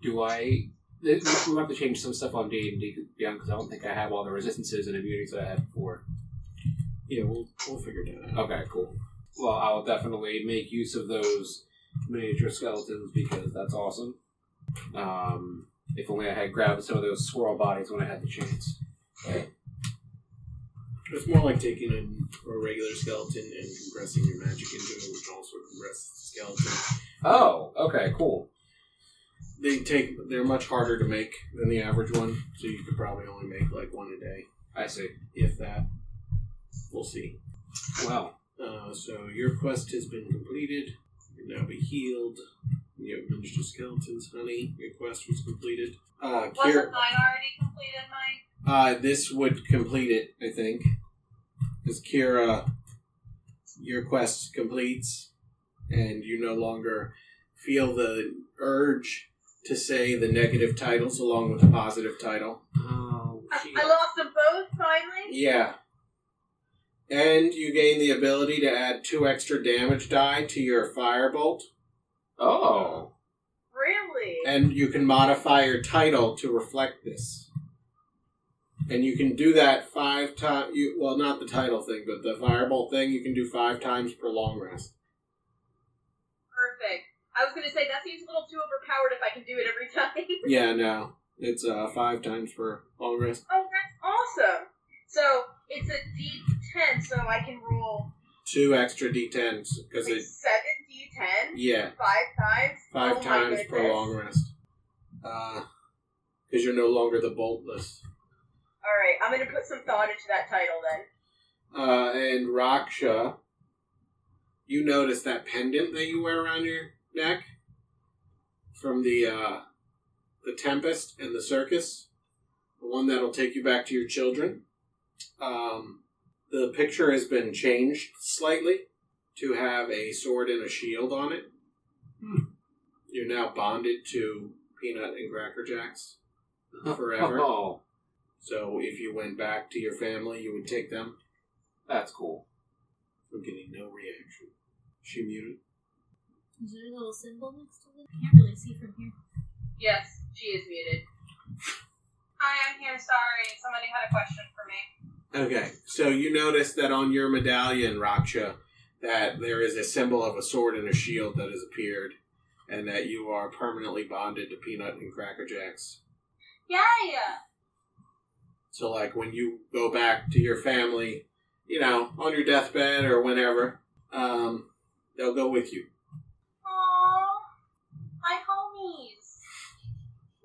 S2: Do I? We will have to change some stuff on D and D Beyond because I don't think I have all the resistances and immunities that I had before.
S5: Yeah, we'll we'll figure that out.
S2: Okay, cool. Well, I'll definitely make use of those miniature skeletons because that's awesome. Um, if only I had grabbed some of those squirrel bodies when I had the chance.
S5: It's more like taking a, a regular skeleton and compressing your magic into it, which also compresses the skeleton.
S2: Oh, okay, cool.
S5: They take they're much harder to make than the average one, so you could probably only make like one a day,
S2: I see.
S5: if that. We'll see.
S2: Wow.
S5: Uh, so your quest has been completed. You can now be healed. You have avenged your skeletons, honey. Your quest was completed. Uh, Kier-
S4: Wasn't mine already completed, Mike?
S5: Uh, this would complete it, I think. Because Kira, your quest completes, and you no longer feel the urge to say the negative titles along with the positive title.
S2: Oh,
S4: I,
S2: gee.
S4: I lost them both finally.
S5: Yeah. And you gain the ability to add two extra damage die to your firebolt,
S2: oh.
S4: Really?
S5: and you can modify your title to reflect this. And you can do that five times. You well, not the title thing, but the firebolt thing. You can do five times per long rest.
S4: Perfect. I was gonna say that seems a little too overpowered if I can do it every time.
S5: Yeah, no, it's uh five times per long rest.
S4: oh, that's awesome. So it's a D10, so I can roll
S5: Two extra d10s because
S4: like
S5: it.
S4: seven D10
S5: Yeah,
S4: five times.
S5: five
S4: Oh my
S5: times per
S4: goodness.
S5: long rest. Uh, because you're no longer the boltless.
S4: All right, I'm gonna put some thought into that title then.
S5: Uh, and Raksha, you notice that pendant that you wear around your neck from the uh, the Tempest and the Circus, the one that'll take you back to your children. Um, the picture has been changed slightly to have a sword and a shield on it. You're now bonded to Peanut and Cracker Jacks forever.
S2: Oh,
S5: So if you went back to your family, you would take them.
S2: that's cool.
S5: I'm getting no reaction. She muted.
S3: Is there a little symbol next to it? I can't really see from here.
S4: Yes, she is muted. Hi, I'm here. Sorry, somebody had a question for me.
S5: Okay, so you notice that on your medallion, Raksha, that there is a symbol of a sword and a shield that has appeared, and that you are permanently bonded to Peanut and Cracker Jacks.
S4: Yeah, yeah.
S5: So, like, when you go back to your family, you know, on your deathbed or whenever, um, they'll go with you.
S4: Aww, my homies.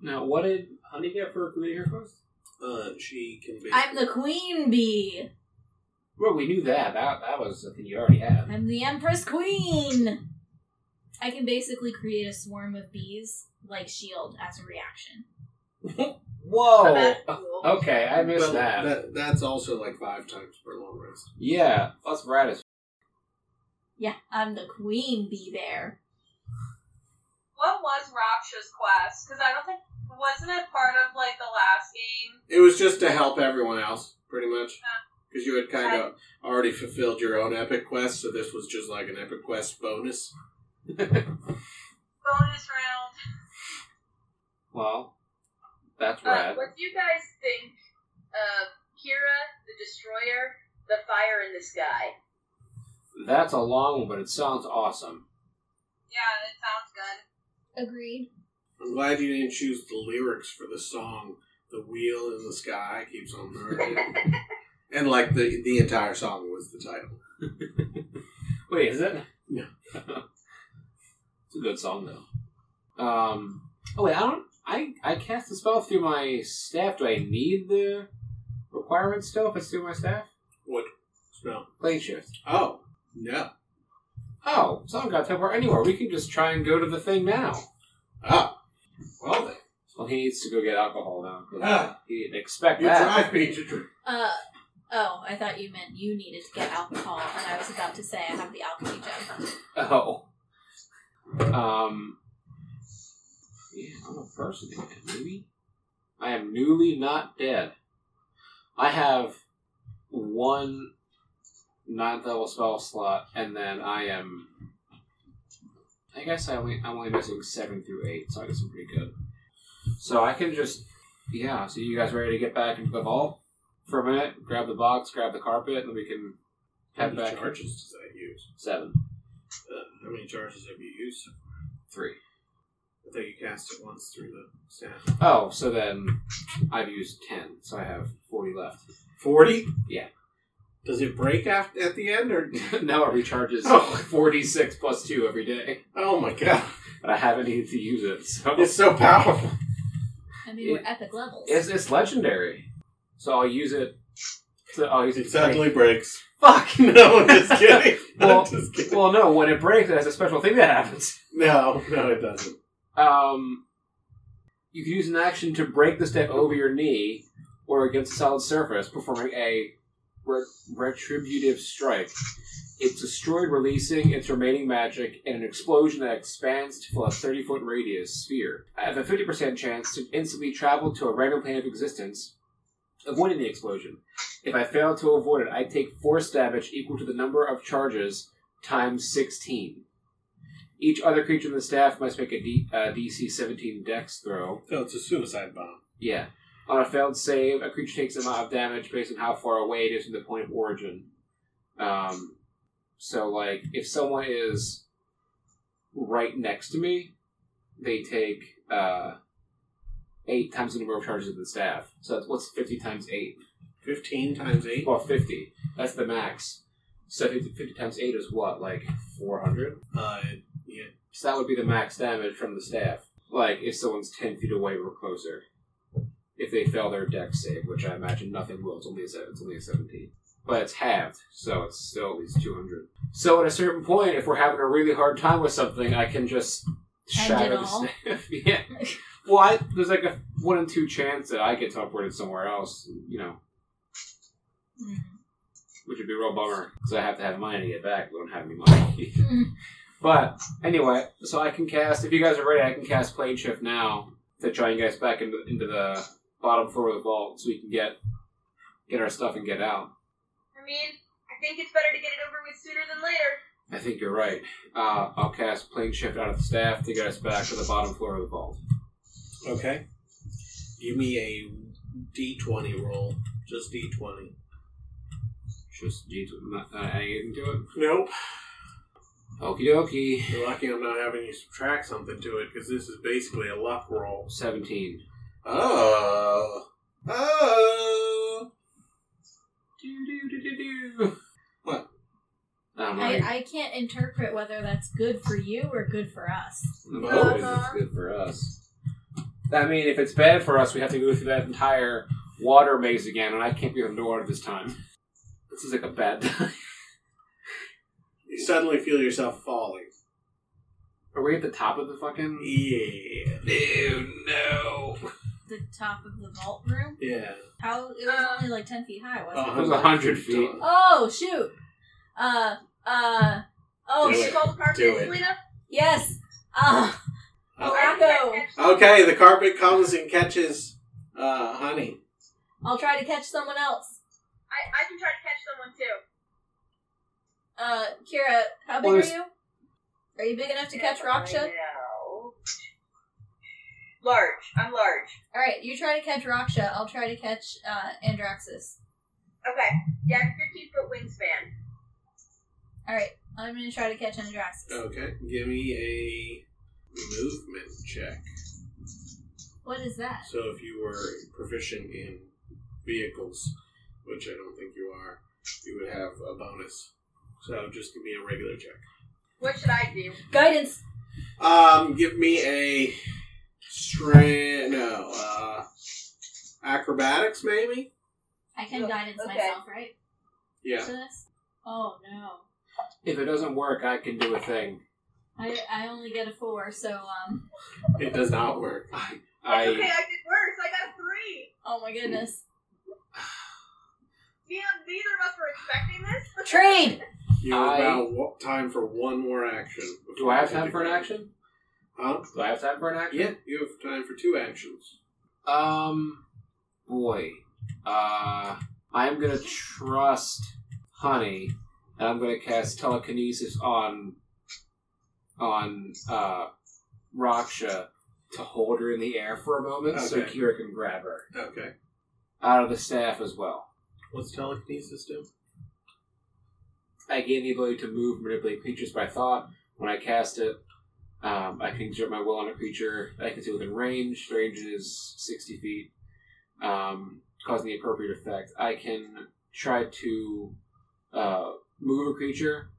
S2: Now, what did Honey get for completing her quest?
S5: Uh, she can be.
S3: I'm the queen bee.
S2: Well, we knew that. That that was a thing you already had.
S3: I'm the empress queen. I can basically create a swarm of bees like shield as a reaction.
S2: Whoa.
S5: Oh,
S4: That's
S5: uh,
S4: cool.
S2: Okay, I missed
S5: But
S2: that.
S5: that- That's also like five times per long rest.
S2: Yeah, that's rad as
S3: Yeah, I'm the queen bee bear.
S4: What was Raksha's quest? Because I don't think wasn't it part of like the last game?
S5: It was just to help everyone else, pretty much. Because you had kind of already fulfilled your own epic quest, so this was just like an epic quest bonus.
S4: Bonus round.
S2: well. That's
S4: Uh,
S2: rad.
S4: what do you guys think of Kira the Destroyer, the Fire in the Sky?
S2: That's a long one, but it sounds awesome.
S4: Yeah, that sounds good.
S3: Agreed.
S5: I'm glad you didn't choose the lyrics for the song "The Wheel in the Sky Keeps on Burning," and like the the entire song was the title.
S2: Wait, is it?
S5: Yeah.
S2: it's a good song though. Um. Oh wait, I don't. I I cast the spell through my staff. Do I need the requirement still? If it's through my staff,
S5: What smell?
S2: plane shift.
S5: Oh no!
S2: Oh, so I don't got to teleport anywhere. We can just try and go to the thing now.
S5: Oh well then.
S2: Well, he needs to go get alcohol now. 'cause
S5: Ah.
S2: he didn't expect
S5: You
S2: that.
S5: drive me to drink.
S3: Uh oh, I thought you meant you needed to get alcohol, and I was about to say I have the alchemy gem.
S2: Oh. Um. Yeah, I'm a person again. Maybe I am newly not dead. I have one ninth level spell slot, and then I am. I guess I only, I'm only missing seven through eight, so I guess I'm pretty good. So I can just, yeah. So you guys ready to get back into the vault for a minute? Grab the box, grab the carpet, and then we can
S5: How
S2: head
S5: many
S2: back.
S5: charges does that use?
S2: Seven,
S5: Uh, how many charges have you used?
S2: three.
S5: I thought you cast it once through the staff.
S2: Oh, so then I've used 10, so I have 40 left.
S5: 40?
S2: Yeah.
S5: Does it break af- at the end? or
S2: now it recharges
S5: Oh.
S2: 46 plus 2 every day.
S5: Oh my god.
S2: But I haven't needed to use it, so.
S5: It's so powerful.
S3: I mean, we're epic levels.
S2: It's, it's legendary. So I'll use it. To, I'll use it. to break-
S5: breaks.
S2: Fuck!
S5: No, I'm just kidding.
S2: Well-
S5: I'm just kidding.
S2: Well, no, when it breaks, it has a special thing that happens.
S5: No, no, it doesn't.
S2: Um, you can use an action to break the step over your knee or against a solid surface, performing a re- retributive strike. It's destroyed, releasing its remaining magic in an explosion that expands to fill a 30 foot radius sphere. I have a 50% chance to instantly travel to a random plane of existence, avoiding the explosion. If I fail to avoid it, I take force damage equal to the number of charges times 16. Each other creature in the staff must make a D, uh, DC 17 dex throw.
S5: So it's a suicide bomb.
S2: Yeah. On a failed save, a creature takes an amount of damage based on how far away it is from the point of origin. Um, so, like, if someone is right next to me, they take uh, 8 times the number of charges of the staff. So, that's, what's 50 times 8?
S5: 15 times 8?
S2: Well, 50. That's the max. So, 50, 50 times 8 is what? Like 400?
S5: Uh, yeah.
S2: So that would be the max damage from the staff. Like if someone's ten feet away or closer, if they fail their dex save, which I imagine nothing will. It's only a se- it's only a seventeen, but it's halved, so it's still at least two hundred. So at a certain point, if we're having a really hard time with something, I can just
S3: End
S2: shatter
S3: it
S2: the
S3: all?
S2: staff. yeah. Well, I, there's like a one in two chance that I get teleported somewhere else. You know,
S3: Mm.
S2: which would be a real bummer because I have to have money to get back. We don't have any money. But anyway, so I can cast. If you guys are ready, I can cast plane shift now to try and get us back into, into the bottom floor of the vault, so we can get get our stuff and get out.
S4: I mean, I think it's better to get it over with sooner than later.
S2: I think you're right. Uh, I'll cast plane shift out of the staff to get us back to the bottom floor of the vault.
S5: Okay. Give me a d20 roll. Just d20.
S2: Just geez, not, not adding anything to uh, it.
S5: Nope.
S2: Okie dokie.
S5: You're lucky I'm not having you subtract something to it because this is basically a luck roll.
S2: Seventeen.
S5: Oh. Oh.
S2: Do do do do do.
S5: What?
S2: I don't know.
S3: I, I can't interpret whether that's good for you or good for us.
S2: The motive is it's good for us. I mean, if it's bad for us, we have to go through that entire water maze again, and I can't be on the water this time. This is like a bad time.
S5: You suddenly feel yourself falling.
S2: Are we at the top of the fucking?
S5: Yeah.
S2: Ew, no.
S3: The top of the vault room.
S5: Yeah.
S3: How it was only like ten feet high, wasn't
S2: It
S3: it?
S2: was a hundred feet.
S3: Oh shoot! Uh, uh, oh
S5: Do
S4: Did
S5: it.
S4: you
S3: sh-
S4: call the carpet,
S5: Do it.
S4: Selena?
S3: yes. Uh,
S4: Alright, you guys catch
S5: Okay, the carpet comes and catches uh, honey.
S3: I'll try to catch someone else.
S4: I, I can try to catch someone too.
S3: Uh, Kira, how big
S2: Well,
S3: are
S2: it's-
S3: you? Are you big enough to catch Raksha?
S4: No. Large. I'm large.
S3: All right, you try to catch Raksha. I'll try to catch uh, Andraxis.
S4: Okay. Yeah, I have a 15 foot wingspan.
S3: All right, I'm gonna try to catch Andraxis.
S5: Okay, give me a movement check.
S3: What is that?
S5: So if you were proficient in vehicles, which I don't think you are, you would have a bonus. So just give me a regular check.
S4: What should I do?
S3: Guidance.
S5: Um, give me a strand. No, uh, acrobatics maybe.
S3: I can
S4: Oh,
S3: guidance
S4: okay.
S3: myself, right?
S5: Yeah.
S3: To this. Oh no,
S2: If it doesn't work, I can do a thing.
S3: I I only get a four, so um.
S5: It does not work.
S2: I,
S4: It's okay,
S2: I
S4: I did worse. I got a 3.
S3: Oh my goodness.
S4: Me and neither of us were expecting this.
S3: Trade.
S5: You have
S2: I-
S5: about wa- time for one more action.
S2: do. I have time for an action.
S5: Huh?
S2: Do I have time for an action?
S5: Yeah, you have time for two actions.
S2: Um, boy, uh, I'm gonna trust Honey, and I'm gonna cast telekinesis on on uh Raksha to hold her in the air for a moment, so
S5: Okay.
S2: Kira can grab her
S5: Okay.
S2: out of the staff as well.
S5: What's telekinesis do?
S2: I gain the ability to move, manipulate creatures by thought. When I cast it, Um, I can exert my will on a creature that I can see within range. Range is 60 feet, um, causing the appropriate effect. I can try to uh, move a creature.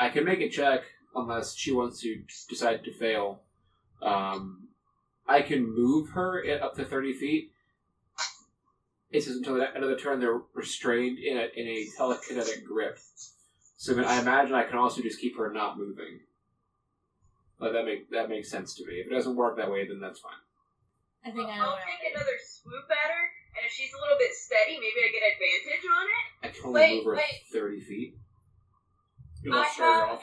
S2: I can make a check unless she wants to decide to fail. Um, I can move her at up to 30 feet. It says until the end of the turn, they're restrained in a, in a telekinetic grip. So I mean, I imagine I can also just keep her not moving. But that make that makes sense to me. If it doesn't work that way, then that's fine.
S3: I think I know
S4: I'll
S3: what I
S4: take another swoop at her, and if she's a little bit steady, maybe I get advantage on it.
S2: I can only
S4: Wait,
S2: move her
S4: wait.
S2: thirty feet.
S5: You
S4: I
S5: all started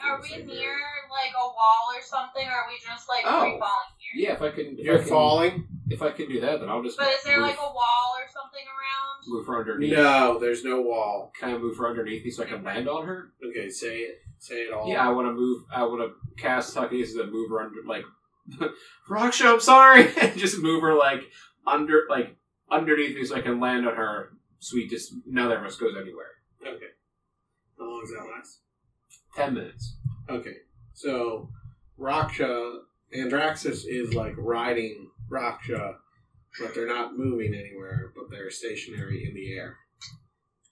S4: have.
S5: off in
S4: Are
S5: the
S4: we
S5: same
S4: near
S5: area.
S4: like a wall or something? Or are we just like
S2: Oh.
S4: free falling here?
S2: Yeah, if I can. If I
S5: You're
S2: can,
S5: falling?
S2: If I can do that, then I'll just.
S4: But is there
S2: move,
S4: like a wall or something around?
S2: move her underneath?
S5: No, there's no wall.
S2: Can I move her underneath me so I can land on her?
S5: Okay, say it. Say it all.
S2: Yeah, I want to move. I want to cast telekinesis and move her under, like, rock show. I'm sorry, and just move her like under, like underneath me so I can land on her. Sweet, just neither of us goes anywhere.
S5: Okay. How long does that last?
S2: Ten minutes.
S5: Okay, so Raksha, Andraxis is like riding Raksha, but they're not moving anywhere, but they're stationary in the air.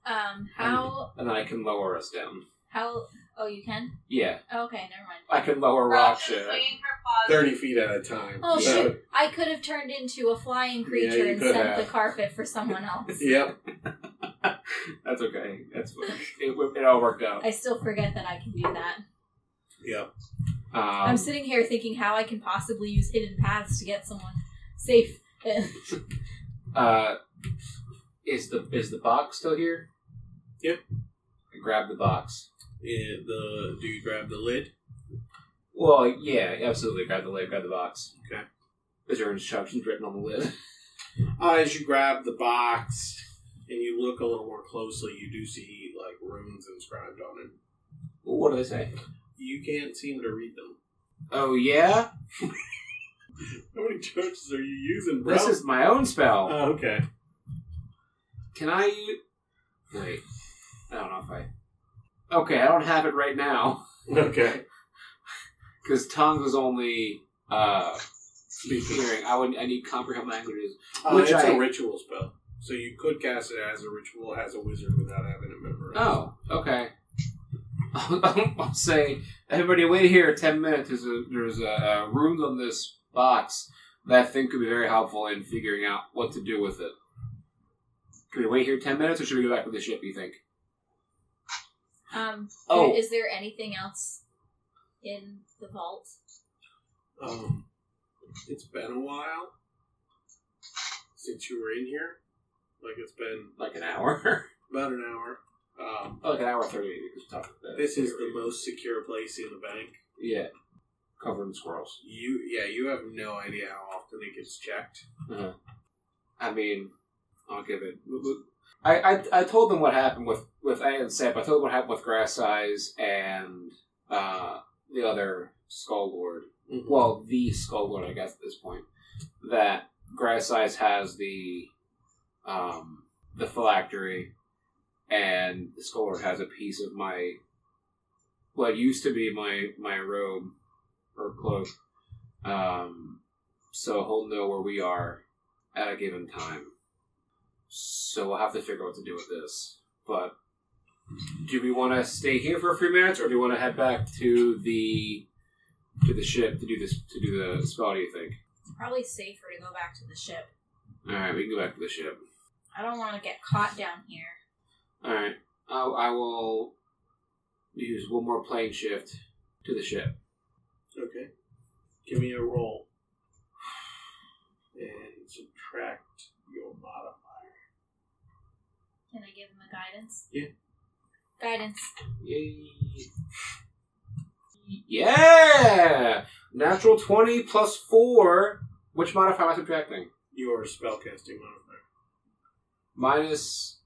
S3: Um, how
S2: and then I can lower us down.
S3: how? Oh, you can.
S2: Yeah,
S3: Oh, okay, never mind.
S2: I can lower
S4: Rock's
S2: Raksha.
S4: just swinging her paws.
S5: 30 feet at a time.
S3: Oh
S5: so,
S3: shoot! I could have turned into a flying creature
S5: you
S3: and
S5: could
S3: sent
S5: have.
S3: the carpet for someone else.
S5: Yep.
S2: That's okay. That's fine. It, it all worked out.
S3: I still forget that I can do that.
S5: Yep.
S2: Um,
S3: I'm sitting here thinking how I can possibly use hidden paths to get someone safe.
S2: uh, is the is the box still here?
S5: Yep.
S2: I grabbed the box.
S5: It- the do you grab the lid?
S2: Well, yeah, absolutely. Grab the lid. Grab the box.
S5: Okay.
S2: Is there instructions written on the lid?
S5: Uh, as you grab the box and you look a little more closely, you do see like runes inscribed on it.
S2: what do they say?
S5: You can't seem to read them.
S2: Oh yeah,
S5: How many charges are you using, bro?
S2: this is my own spell.
S5: oh, okay.
S2: Can I? u- Wait, I don't know if I. Okay, I don't have it right now
S5: Okay.
S2: because tongues is only uh,
S5: Speaking.
S2: hearing. I would I need comprehend languages.
S5: Uh,
S2: Which
S5: it's a
S2: I-
S5: ritual spell, so you could cast it as a ritual as a wizard without having it memorized.
S2: Oh, okay. I'll say, everybody, wait here ten minutes. There's a there's a, a room on this box that I think could be very helpful in figuring out what to do with it. Can we wait here ten minutes, or should we go back to the ship? You think?
S3: Um,
S2: Oh.
S3: is there anything else in the vault?
S5: Um, it's been a while since you were in here. Like it's been
S2: Like an hour?
S5: about an hour. Um,
S2: like an hour thirty. we could talk about that.
S5: this is the most secure place in the bank.
S2: Yeah, covered in squirrels.
S5: You, yeah, you have no idea how often it gets checked.
S2: Uh-huh. I mean, I'll give it. w- w- I, I, I told them what happened with with I and Sep. I told them what happened with Grass Eyes and uh, the other Skull Lord. Well, the Skull Lord, I guess, at this point. That Grass Eyes has the um, the phylactery, and the Skull Lord has a piece of my what used to be my my robe or cloak. Um, so he'll know where we are at a given time. So we'll have to figure out what to do with this. But do we want to stay here for a few minutes, or do we want to head back to the to the ship to do this to do the spell? Do you think?
S3: It's probably safer to go back to the ship.
S2: All right, we can go back to the ship.
S3: I don't want to get caught down here.
S2: All right, I, I will use one more plane shift to the ship.
S5: Okay. Give me a roll and subtract your modifier.
S3: Can I give him a guidance?
S5: Yeah.
S3: Guidance.
S2: Yay. Yeah! Natural 20 plus 4. Which modifier am I subtracting?
S5: Your spellcasting modifier.
S2: Minus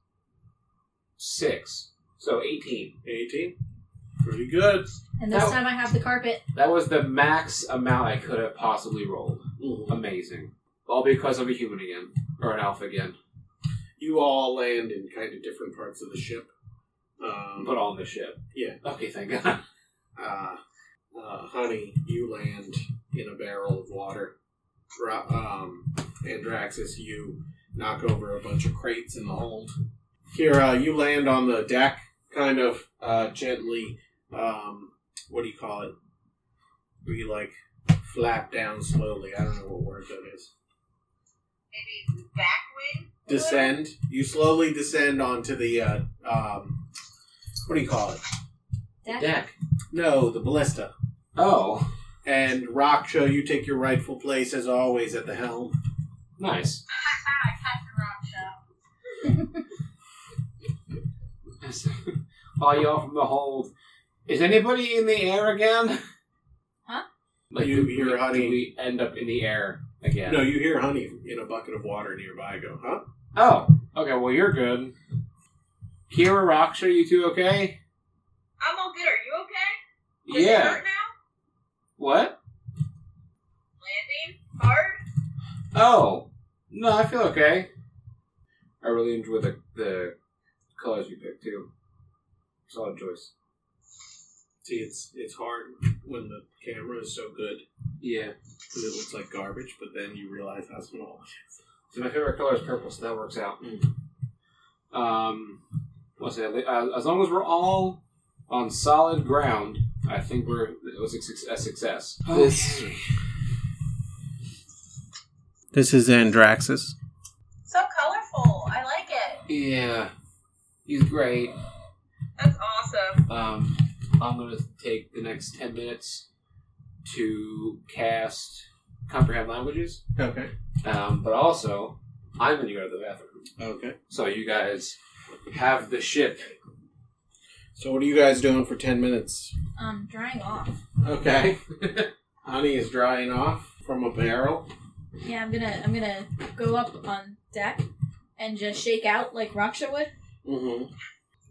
S2: 6. So 18.
S5: 18. Pretty good.
S3: And
S5: Oh.
S3: this
S2: No.
S3: time I have the carpet.
S2: That was the max amount I could have possibly rolled. Mm-hmm. Amazing. All because I'm a human again. Or an elf again.
S5: You all land in kind of different parts of the ship. Um,
S2: But on the ship.
S5: Yeah.
S2: Okay, thank God.
S5: uh, uh, honey, you land in a barrel of water. Ra- Um, Andraxis, you knock over a bunch of crates in the hold. Here, uh, you land on the deck, kind of uh, gently. Um, what do you call it? Where you like flap down slowly. I don't know what word that is.
S4: Maybe back wing?
S5: Descend. You slowly descend onto the uh, um, what do you call it?
S2: Deck.
S5: No, the ballista.
S2: Oh,
S5: And Raksha, you take your rightful place as always at the helm.
S2: nice.
S4: Ah, Captain Raksha.
S2: All y'all from the hold. Is anybody in the air again?
S3: Huh?
S2: Like,
S5: You-
S2: do,
S5: you're
S2: we, do
S5: honey.
S2: we end up in the air again?
S5: No, you hear honey in a bucket of water nearby go, huh?
S2: Oh, okay. Well, you're good. Kira, Raksha, you two okay?
S4: I'm all good. Are you okay? Does it
S2: Yeah.
S4: hurt now?
S2: What?
S4: Landing? Hard?
S2: Oh, no, I feel okay. I really enjoy the the colors you picked too. Solid choice.
S5: See, it's it's hard when the camera is so good
S2: Yeah.
S5: because it looks like garbage, but then you realize how small.
S2: So my favorite color is purple, so that works out. Um, what's that? Uh, as long as we're all on solid ground, I think we're it was a suc- a success. This-
S5: This is Andraxis.
S4: So colorful. I like it.
S2: yeah, he's great.
S4: That's awesome.
S2: Um, I'm going to take the next 10 minutes to cast Comprehend Languages.
S5: Okay.
S2: Um, but also, I'm going to go to the bathroom.
S5: Okay.
S2: So you guys have the ship.
S5: So what are you guys doing for ten minutes?
S3: Um, drying off.
S5: Okay. honey is drying off from a barrel.
S3: Yeah, I'm gonna I'm gonna go up on deck and just shake out like Raksha would.
S5: Mm-hmm.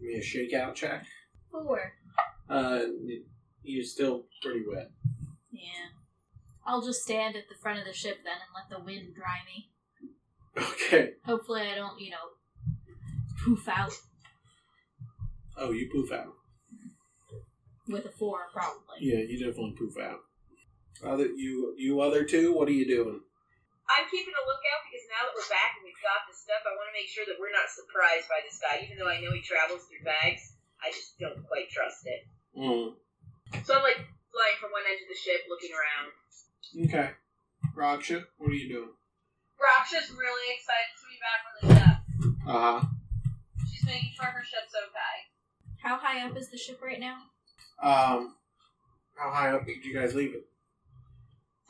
S5: Give me a shakeout check.
S3: Four.
S5: Uh, y- you're still pretty wet.
S3: Yeah. I'll just stand at the front of the ship then and let the wind dry me.
S5: Okay.
S3: Hopefully I don't, you know, poof out
S5: Oh, you poof out.
S3: with a four probably.
S5: Yeah, you definitely poof out. Other you you other two, what are you doing?
S4: I'm keeping a lookout because now that we're back and we've got this stuff, I want to make sure that we're not surprised by this guy. Even though I know he travels through bags, I just don't quite trust it.
S5: Mm.
S4: So I'm like flying from one edge of the ship, looking around.
S5: Okay. Raksha, what are you doing?
S4: Raksha's really excited to be back on the ship.
S5: Uh huh.
S4: She's making sure her ship's okay.
S3: How high up is the ship right now?
S5: Um how high up did you guys leave it?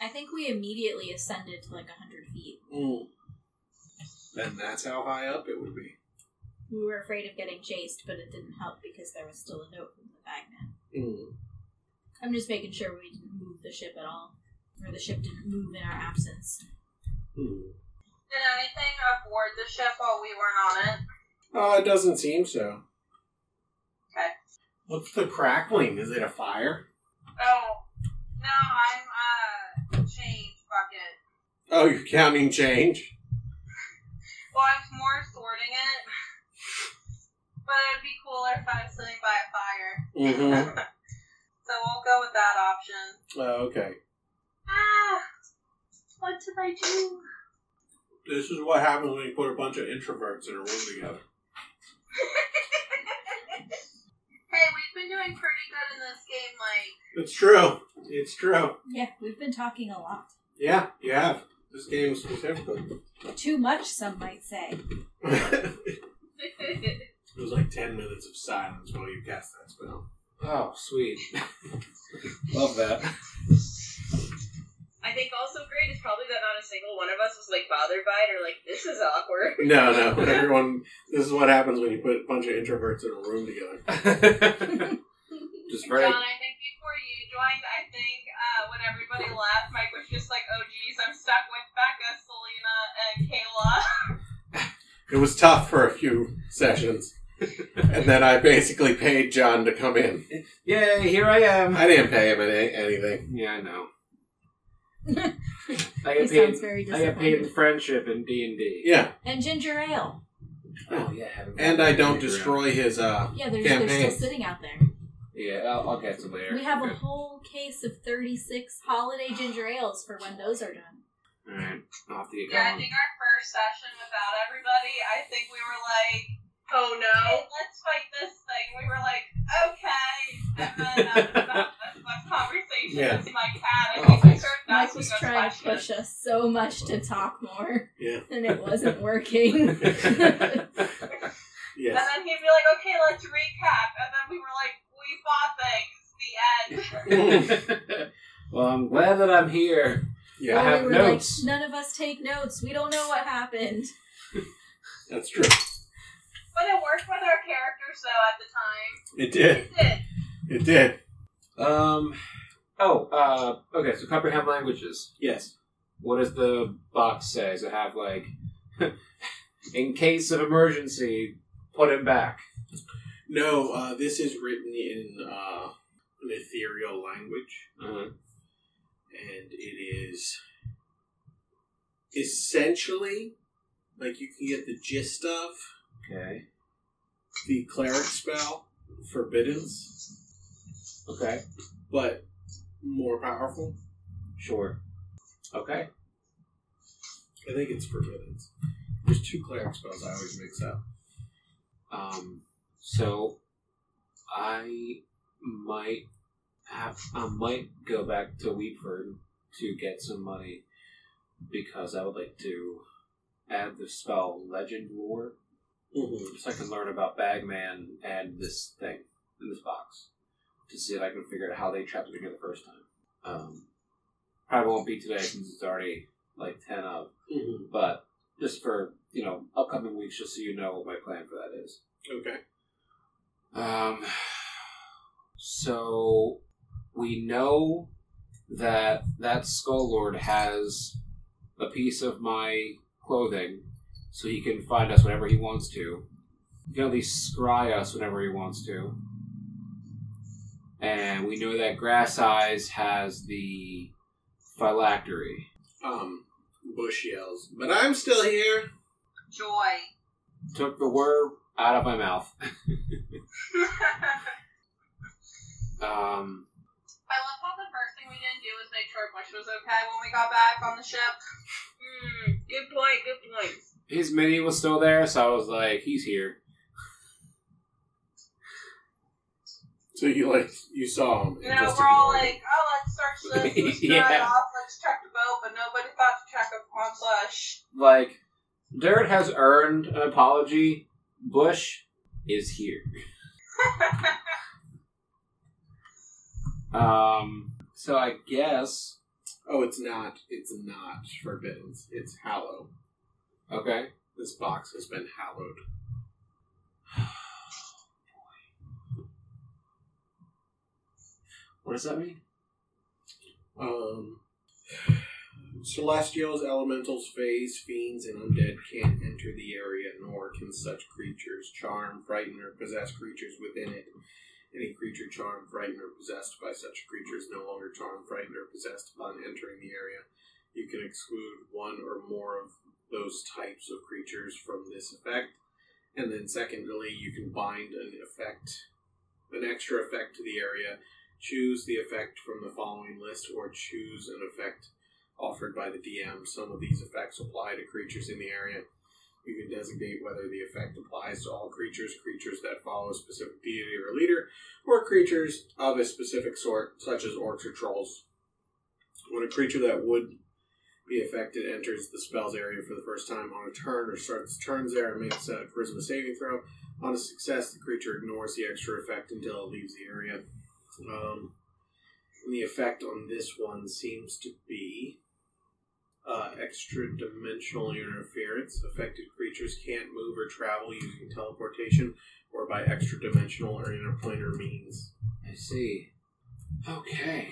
S3: I think we immediately ascended to like hundred feet.
S5: Mm. Then that's how high up it would be.
S3: We were afraid of getting chased, but it didn't help because there was still a note from the bagman.
S5: Mm.
S3: I'm just making sure we didn't move the ship at all. Or the ship didn't move in our absence.
S5: Mm.
S4: Did anything aboard the ship while we weren't on it?
S5: Uh, it doesn't seem so.
S4: Okay.
S5: What's the crackling? Is it a fire?
S4: Oh, no, I'm uh change bucket.
S5: Oh, you're counting change.
S4: Well, I'm more sorting it, but it'd be cooler if I was sitting by a fire.
S5: Mm-hmm. Uh,
S4: So we'll go with that option.
S5: okay.
S4: Ah, what did I do?
S5: This is what happens when you put a bunch of introverts in a room together.
S4: hey, we've been doing pretty good in this game, like.
S5: It's true. It's true.
S3: Yeah, we've been talking a lot.
S5: Yeah, you have. This game specifically.
S3: Too much, some might say.
S5: it was like 10 minutes of silence while you cast that spell.
S2: Oh, sweet. Love that.
S4: I think also great is probably that not a single one of us was like bothered by it or like this is awkward.
S5: No, no. Everyone, this is what happens when you put a bunch of introverts in a room together.
S2: Just very.
S4: John, I think before you joined, I think uh, when everybody left, Mike was just like, "Oh geez, I'm stuck with Becca, Selena, and Kayla."
S5: It was tough for a few sessions. and then I basically paid John to come in.
S2: Yay, here I am.
S5: I didn't pay him any- anything.
S2: Yeah, I know. I
S3: He
S2: get
S3: sounds
S2: paid.
S3: very
S2: I get paid in
S3: disappointed.
S2: friendship and D and D.
S5: Yeah,
S3: And ginger ale.
S2: Oh yeah. haven't
S5: and I don't
S2: figured out.
S5: destroy his, uh,
S3: Yeah, they're, they're
S5: Campaign.
S3: still sitting out there.
S2: Yeah, I'll, I'll get to there.
S3: We have a
S2: Okay.
S3: whole case of 36 holiday ginger ales for when those are done.
S2: All right, I'll have to get
S4: Yeah, I
S2: going.
S4: think our first session without everybody, I think we were like,
S6: Oh
S4: hey,
S6: no.
S4: let's fight this thing. We were like, okay. And then uh, after that, that's my conversation
S5: Yeah.
S4: with my cat. I
S5: Oh,
S4: think we
S5: thanks.
S4: started
S3: Mike
S4: asking
S3: was
S4: those
S3: trying to
S4: questions.
S3: push us so much to talk more,
S5: Yeah.
S3: and it wasn't working.
S4: And
S5: Yes.
S4: then he'd be like, okay, let's recap. And then we were like, we fought things. The end.
S2: well, I'm glad that I'm here.
S5: Yeah,
S2: I
S3: Or
S2: have
S3: we were
S2: notes.
S3: like, none of us take notes. We don't know what happened.
S5: that's true.
S4: But it worked with our characters, though, at the time.
S5: It did.
S4: It did.
S5: It did.
S2: Um. Oh. Uh. Okay. So comprehend languages.
S5: Yes.
S2: What does the box say? Does it have like, in case of emergency, put him back?
S5: No, uh, this is written in uh, an ethereal language,
S2: Uh,
S5: and it is essentially like you can get the gist of
S2: okay.
S5: the cleric spell, Forbiddance,
S2: Okay.
S5: but more powerful.
S2: Sure. Okay.
S5: I think it's Forbiddance. There's two cleric spells I always mix up.
S2: Um. So, I might have. I might go back to Weepford to get some money because I would like to add the spell Legend Lore
S5: Mm-hmm.
S2: so I can learn about Bagman and this thing in this box to see if I can figure out how they trapped me here the first time. Um, probably won't be today since it's already like ten of,
S5: Mm-hmm.
S2: but just for you know upcoming weeks, just so you know what my plan for that is.
S5: Okay.
S2: Um, so we know that that skull lord has a piece of my clothing, so he can find us whenever he wants to. He can at least scry us whenever he wants to. And we know that Grass Eyes has the phylactery.
S5: Um, Bush yells, but I'm still here.
S4: Joy.
S2: Took the word out of my mouth.
S4: I
S2: Um,
S4: love how the first thing we didn't do was make sure Bush was okay when we got back on the ship. Hmm. Good point. Good point.
S2: his mini was still there, so I was like, he's here.
S5: So you like you saw him. and
S4: You know,
S5: just
S4: we're all
S5: ignored him.
S4: like, oh, let's search this. Let's
S2: Yeah.
S4: try it off. Let's check the boat, but nobody thought to check up on Bush.
S2: like Dirt has earned an apology. Bush is here. Um, so I guess
S5: Oh, it's not. It's not forbidden. It's hallow.
S2: okay.
S5: This box has been hallowed.
S2: What does that mean?
S5: Um, celestials, elementals, fays, fiends, and undead can't enter the area, nor can such creatures charm, frighten, or possess creatures within it. Any creature charmed, frightened, or possessed by such creature is no longer charmed, frightened, or possessed upon entering the area. You can exclude one or more of those types of creatures from this effect. And then, secondly, you can bind an effect, an extra effect to the area choose the effect from the following list or choose an effect offered by the DM. Some of these effects apply to creatures in the area. You can designate whether the effect applies to all creatures, creatures that follow a specific deity or leader, or creatures of a specific sort, such as orcs or trolls. When a creature that would be affected enters the spell's area for the first time on a turn or starts turns there and makes a charisma saving throw, on a success, the creature ignores the extra effect until it leaves the area. Um, and the effect on this one seems to be uh, extra dimensional interference. Affected creatures can't move or travel using teleportation or by extra dimensional or interplanar means.
S2: I see. Okay,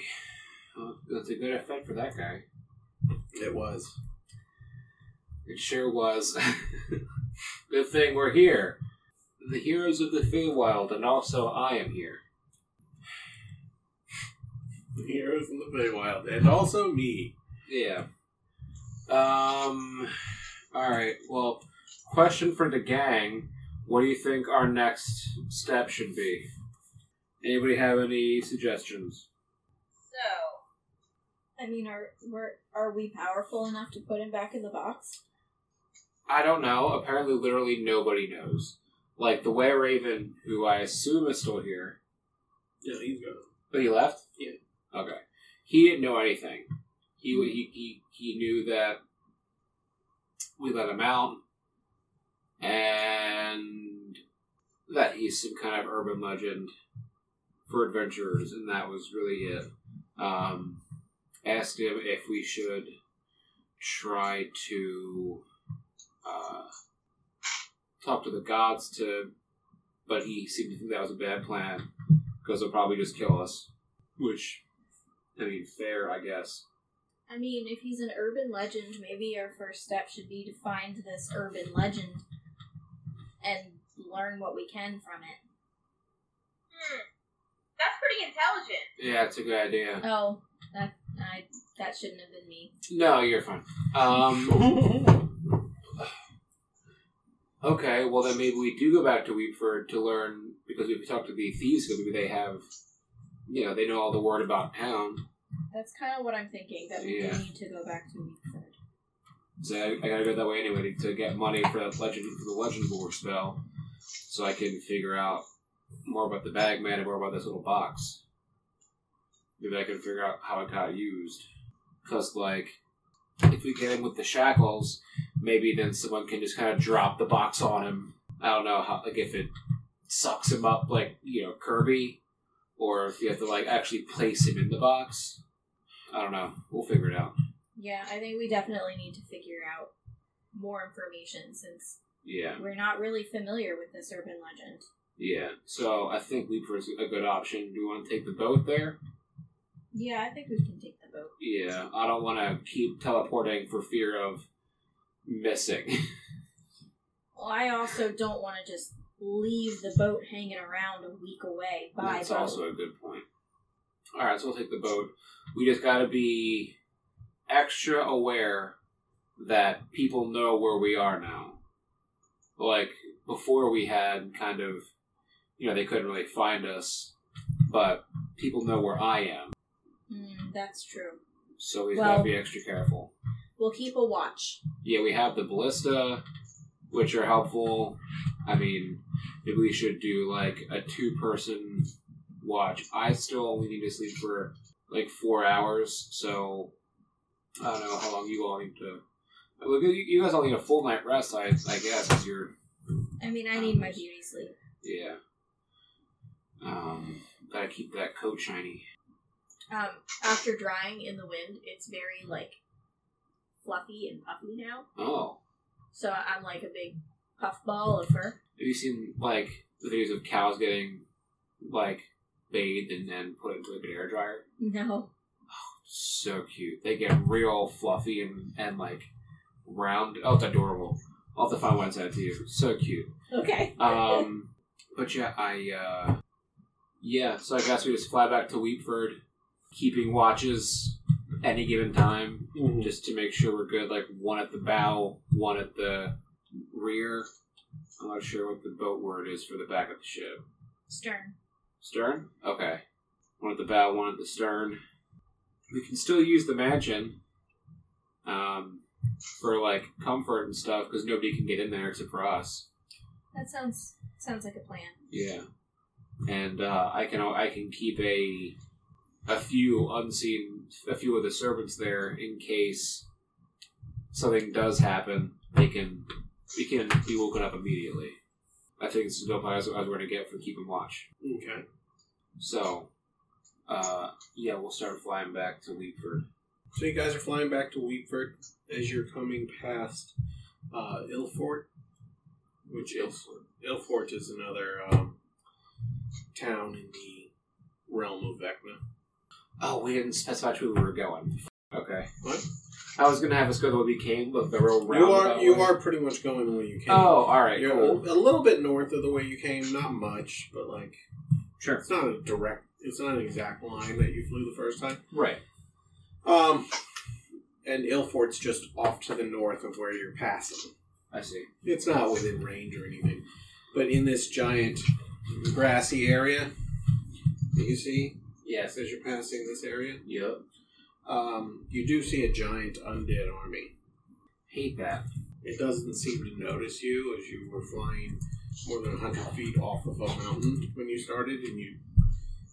S2: well, that's a good effect for that guy.
S5: It was.
S2: It sure was. good thing we're here. The heroes of the Feywild, and also I am here.
S5: The heroes in the Feywild, and also me.
S2: Yeah. Um. All right. Well, question for the gang: What do you think our next step should be? Anybody have any suggestions?
S4: So,
S3: I mean, are we're, are we powerful enough to put him back in the box?
S2: I don't know. Apparently, literally nobody knows. Like the Were Raven, who I assume is still here,
S5: No, he's gone.
S2: but he left.
S5: Yeah.
S2: Okay. He didn't know anything. He he he he knew that we let him out, and that he's some kind of urban legend for adventurers, and that was really it. Um, asked him if we should try to uh, talk to the gods to, but he seemed to think that was a bad plan because they'll probably just kill us. Which, I mean, fair, I guess.
S3: I mean, if he's an urban legend, maybe our first step should be to find this urban legend and learn what we can from it.
S4: hmm. That's pretty intelligent.
S2: Yeah, it's a good idea.
S3: Oh, that I, that shouldn't have been me.
S2: No, you're fine. Um, okay, well then maybe we do go back to Weepford to learn because if we talk to the thieves, maybe they have, you know, they know all the word about town.
S3: That's kind of what I'm thinking. That we
S2: Yeah.
S3: do need to go back to Weekford.
S2: So I, I gotta go that way anyway to, to get money for that legend for the legend board spell, so I can figure out more about the bag man and more about this little box. Maybe I can figure out how it got used. Cause like, if we get him with the shackles, maybe then someone can just kind of drop the box on him. I don't know how like if it sucks him up like you know Kirby, or if you have to like actually place him in the box. I don't know. We'll figure it out.
S3: Yeah, I think we definitely need to figure out more information since
S2: Yeah.
S3: we're not really familiar with this urban legend.
S2: Yeah, so I think Leaper's a good option. Do you want to take the boat there?
S3: Yeah, I think we can take the boat.
S2: Yeah, I don't want to keep teleporting for fear of missing.
S3: Well, I also don't want to just leave the boat hanging around a week away by
S2: That's
S3: boat.
S2: also a good point. All right, so we'll take the boat. We just got to be extra aware that people know where we are now. Like before, we had kind of, you know, they couldn't really find us, but people know where I am,
S3: Mm, that's true.
S2: so we've got
S3: Well-
S2: to be extra careful.
S3: We'll keep a watch.
S2: Yeah, we have the ballista, which are helpful. I mean, maybe we should do like a two person watch. I still only need to sleep for like four hours, so I don't know how long you all need to. Well, you- you guys all need a full night rest, I, I guess, because you're.
S3: I mean, I need my beauty sleep.
S2: Yeah. Um, gotta keep that coat shiny.
S3: Um, after drying in the wind, it's very like fluffy and puffy now.
S2: Oh.
S3: So I'm like a big puffball of fur.
S2: Have you seen, like, the videos of cows getting, like, bathed and then put into like, an air dryer?
S3: No,
S2: so cute. They get real fluffy and, and like round. Oh, it's adorable. I'll have to find one and send it to you. So cute.
S3: okay.
S2: Um, but yeah, I uh, yeah. So I guess we just fly back to Weepford, keeping watches any given time just to make sure we're good. Like one at the bow, one at the rear. I'm not sure what the boat word is for the back of the ship.
S3: Stern.
S2: Stern? Okay. One at the bow, one at the stern. We can still use the mansion um, for like comfort and stuff because nobody can get in there except for us.
S3: That sounds sounds like a plan.
S2: Yeah. And uh, I can I can keep a a few unseen a few of the servants there in case something does happen. They can we can be woken up immediately. I think this is dope. I was, I was going to get for keeping watch.
S5: Okay.
S2: So, uh, yeah, we'll start flying back to Leapford.
S5: So you guys are flying back to Wheatford as you're coming past uh, Ilfort, which Ilfort, Ilfort is another um, town in the realm of Vecna.
S2: Oh, we didn't specify which way we were going. Okay.
S5: What?
S2: I was gonna have us go the way we came, but the real
S5: You
S2: roundabout
S5: are you
S2: way.
S5: are pretty much going the way you came.
S2: Oh, all right,
S5: you're
S2: cool.
S5: a little bit north of the way you came, not much, but like
S2: Sure.
S5: it's not a direct, it's not an exact line that you flew the first time.
S2: Right.
S5: Um, and Ilfort's just off to the north of where you're passing.
S2: I see.
S5: It's not within range or anything, but in this giant grassy area, you see
S2: Yes.
S5: as you're passing this area.
S2: Yep.
S5: Um, you do see a giant undead army.
S2: Hate that.
S5: It doesn't seem to notice you as you were flying more than 100 feet off of a mountain when you started, and you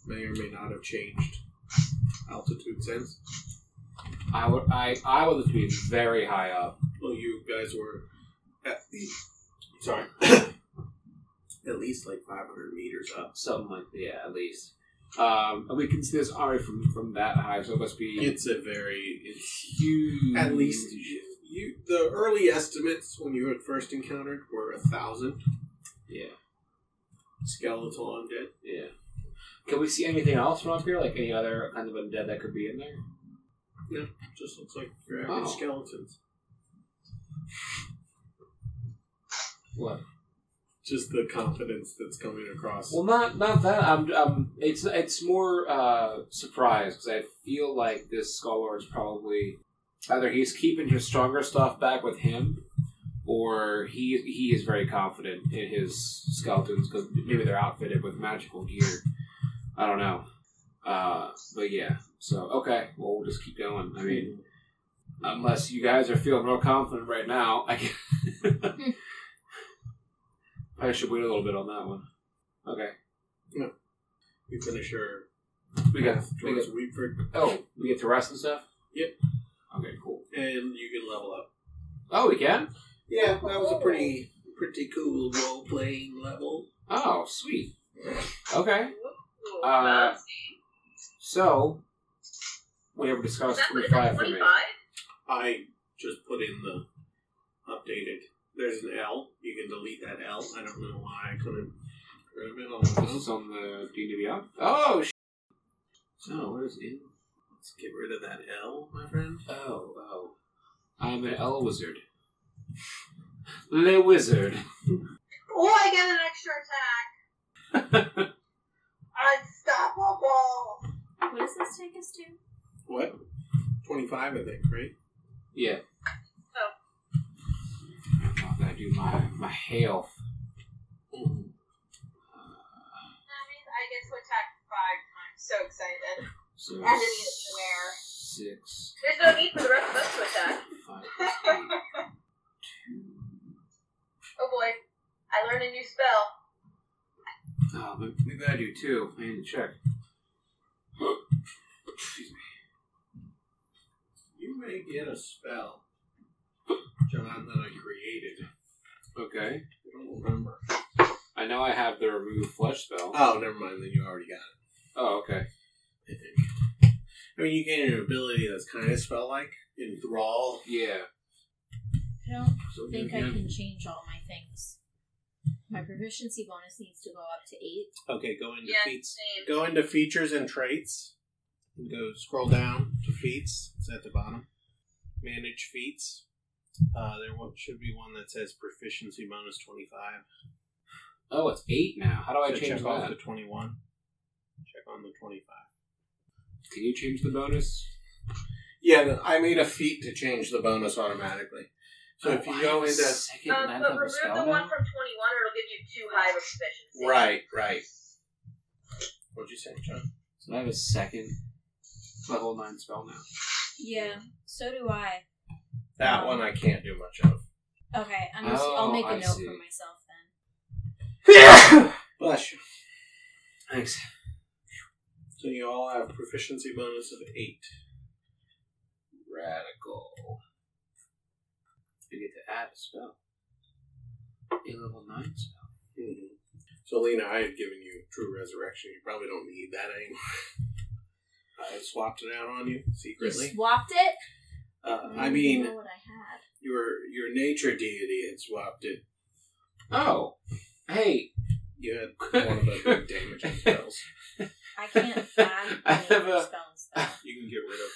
S5: may or may not have changed altitude since.
S2: I would. I. I would be very high up.
S5: Well, you guys were at the, sorry, at least like 500 meters up.
S2: Something like yeah, at least. Um, and we can see this already from from that high, so it must be
S5: It's a very, it's
S2: huge.
S5: at least you. The early estimates when you had first encountered were a thousand
S2: Yeah.
S5: skeletal undead.
S2: Yeah. Can we see anything else from up here? Like any other kind of undead that could be in there?
S5: Just looks like your average
S2: Oh.
S5: skeletons.
S2: What?
S5: Just the confidence that's coming across.
S2: Well, not not that. I'm. I'm it's it's more uh, surprised because I feel like this scholar is probably either he's keeping his stronger stuff back with him, or he he is very confident in his skeletons because maybe they're outfitted with magical gear. I don't know. Uh, but yeah. So okay. Well, we'll just keep going. I mean, unless you guys are feeling real confident right now, I can. I should wait a little bit on that one. Okay.
S5: you finish your
S2: We got,
S5: path
S2: we got.
S5: towards Weepford,
S2: Oh, we get to rest and stuff.
S5: Yep.
S2: Okay. Cool.
S5: and you can level up.
S2: Oh, we can.
S5: Yeah, that was a pretty pretty cool role playing level.
S2: Oh, sweet. Okay.
S4: Ooh,
S2: Uh,
S4: fancy.
S2: So we have discussed
S4: That's
S2: three
S4: like
S2: five
S4: a
S2: for me.
S4: 25?
S5: I just put in the updated. There's an L. You can delete that L. I don't know why I couldn't get rid of it on my
S2: This
S5: own.
S2: is on the D and D Beyond. Oh. Sh- oh, what is in?
S5: Let's get rid of that L, my friend.
S2: Oh, oh. I'm an L wizard. Le wizard.
S4: Oh, I get an extra attack. Unstoppable.
S3: What does this take us to?
S5: What? Twenty five, I think, right?
S2: Yeah.
S4: Oh.
S2: I'm gonna do my my health.
S4: That means I get to attack five times. So excited.
S2: So
S4: I didn't even wear.
S2: six,
S4: There's no need for the rest of us to attack.
S2: five, plus eight, two.
S4: Oh boy. I learned a new spell.
S2: Oh, but maybe I do too. I need to check. Excuse me.
S5: You may get a spell, John, that I created.
S2: Okay.
S5: I don't remember.
S2: I know I have the remove flesh spell.
S5: Oh, never mind. Then you already got
S2: oh, okay.
S5: it. I think. I mean, you gain an ability that's kind of spell-like, enthrall.
S2: Yeah.
S3: I don't
S5: So
S3: think I
S5: you
S3: can change all my things. My proficiency bonus needs to go up to eight.
S5: Okay, go into
S4: Yeah,
S5: feats.
S4: same.
S5: Go into features and traits. And go scroll down to feats. It's at the bottom. Manage feats. Uh, there wa- should be one that says proficiency bonus twenty five.
S2: Oh, it's eight now. How do I change
S5: check off
S2: that?
S5: the twenty one. Check on the twenty five.
S2: Can you change the bonus?
S5: Yeah, I made a feat to change the bonus automatically. So if
S2: Oh, I
S5: you go
S2: have a
S5: into
S2: second
S4: Um,
S2: ninth
S4: but
S2: level
S4: remove
S2: spell
S4: the
S2: now?
S4: one from 21 or it'll give you too high of a proficiency.
S5: right, right. What'd you say, John?
S2: So I have a second level nine spell now.
S3: Yeah, so do I.
S5: That one I can't do much of.
S3: Okay, I'm just, I'll
S2: Oh,
S3: make a
S2: I
S3: note
S2: see.
S3: for myself then.
S5: Bless you.
S2: Thanks.
S5: So you all have proficiency bonus of eight.
S2: Radical. We get to add a spell. A level nine spell.
S5: Mm-hmm. So, Lena, I had given you True Resurrection. You probably don't need that anymore. I swapped it out on you
S3: You
S5: secretly.
S3: swapped it?
S5: Uh, I
S3: don't
S5: mean,
S3: know what I had.
S5: your your nature deity had swapped it.
S2: Oh. Hey.
S5: You had one of the big damaging spells.
S3: I can't add
S2: I
S3: I
S2: have a-
S3: spell and stuff.
S5: You can get rid of.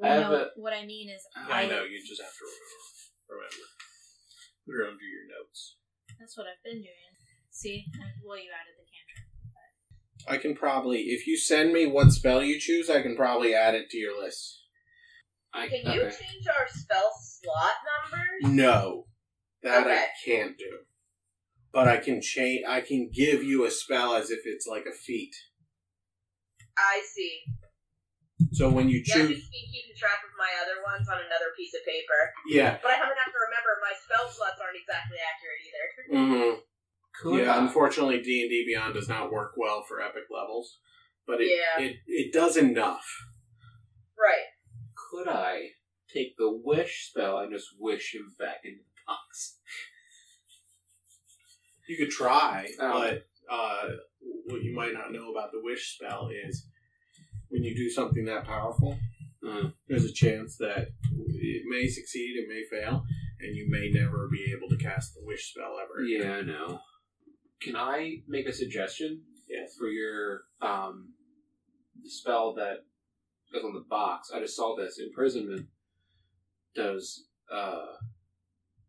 S2: I have
S3: no,
S2: a-
S3: what I mean is,
S5: I know you just have to remember. remember. Put her under your notes.
S3: That's what I've been doing. See, well, you added the cantrip.
S5: I can probably, if you send me what spell you choose, I can probably add it to your list.
S2: I,
S4: Can you
S2: okay.
S4: change our spell slot numbers?
S5: No, that I
S4: Okay.
S5: can't do. But I can change. I can give you a spell as if it's like a feat.
S4: I see.
S5: So when you
S4: Yeah, I'm
S5: choose,
S4: just keep- keeping track of my other ones on another piece of paper.
S5: yeah,
S4: But I haven't have to remember my spell slots aren't exactly accurate either.
S5: hmm
S2: Could
S5: yeah.
S2: I?
S5: Unfortunately, D and D Beyond does not work well for epic levels, but it
S4: Yeah.
S5: it, it does enough.
S4: Right.
S2: could I take the wish spell and just wish him back into the box?
S5: You could try,
S2: Oh.
S5: but uh, what you might not know about the wish spell is when you do something that powerful,
S2: Mm.
S5: there's a chance that it may succeed, it may fail, and you may never be able to cast the wish spell ever.
S2: Yeah, I know. Can I make a suggestion
S5: Yes.
S2: for your um, the spell that is on the box? I just saw this imprisonment. Does uh,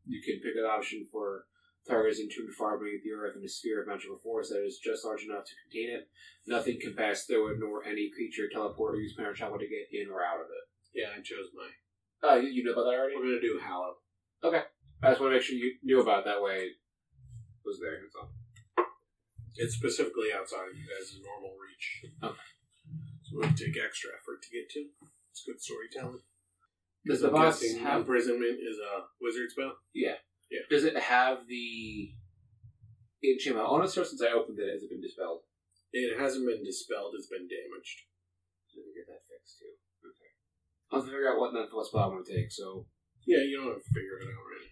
S2: you can pick an option for targets entombed far beneath the earth in a sphere of magical force that is just large enough to contain it. Nothing can pass through it, nor any creature, teleport, or use power travel to get in or out of it.
S5: Yeah, I chose mine.
S2: Oh, you, you know about that already?
S5: We're gonna do Hallow.
S2: I just want to make sure you knew about it. That way, it was there. That's all.
S5: It's specifically outside of you guys' normal reach.
S2: Okay.
S5: So it would take extra effort to get to. It's good storytelling.
S2: Does the
S5: So I'm
S2: box
S5: guessing
S2: have?
S5: imprisonment is a wizard spell?
S2: Yeah.
S5: Yeah.
S2: Does it have the enchantment on it? Or since I opened it, has it been dispelled?
S5: It hasn't been dispelled, it's been damaged.
S2: Let me get that fixed too. Okay. I'll have to figure out what that what spell I want to take. So,
S5: Yeah, you don't have to figure it out right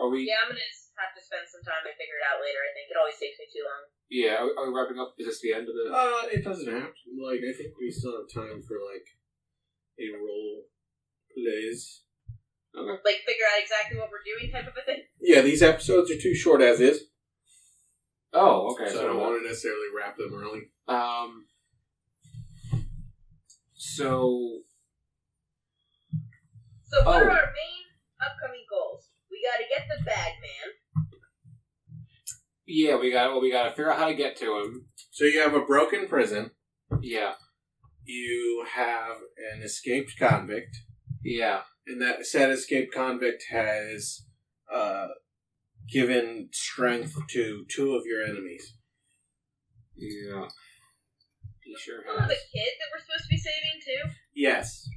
S2: are we?
S4: Yeah, I'm gonna just have to spend some time to figure it out later. I think it always takes me too long.
S2: Yeah, are, are we wrapping up? Is this the end of the?
S5: Uh, it doesn't have to. Like, I think we still have time for, like, a roll plays.
S4: Like figure out exactly what we're doing type of a thing.
S5: Yeah, these episodes are too short as is.
S2: oh, okay.
S5: so I don't want to necessarily wrap them early.
S2: Um. So
S4: So what
S2: Oh.
S4: are our main upcoming goals? We gotta get the bag man.
S2: yeah, we got. Well, we got to figure out how to get to him.
S5: So you have a broken prison.
S2: Yeah.
S5: You have an escaped convict,
S2: Yeah.
S5: and that said escaped convict has uh, given strength to two of your enemies.
S2: Yeah. He sure
S4: Oh,
S2: has.
S4: the kid that we're supposed to be saving too.
S5: Yes.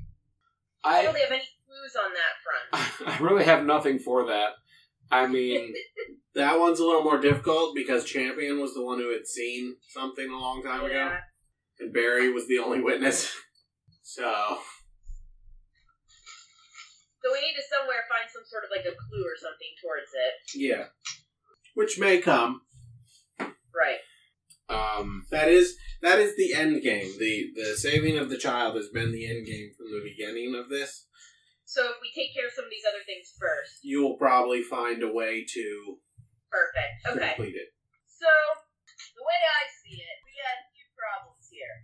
S4: I
S2: I
S4: don't have any clues on that front.
S2: I really have nothing for that. I mean,
S5: That one's a little more difficult because Champion was the one who had seen something a long time ago,
S4: Yeah.
S5: and Barry was the only witness. So,
S4: So we need to somewhere find some sort of like a clue or something towards it.
S5: yeah. Which may come.
S4: Right.
S2: um,
S5: That is that is the end game. The the saving of the child has been the end game from the beginning of this.
S4: So if we take care of some of these other things first.
S5: You will probably find a way to
S4: Perfect. Okay.
S5: complete it.
S4: So the way I see it, we got a few problems here.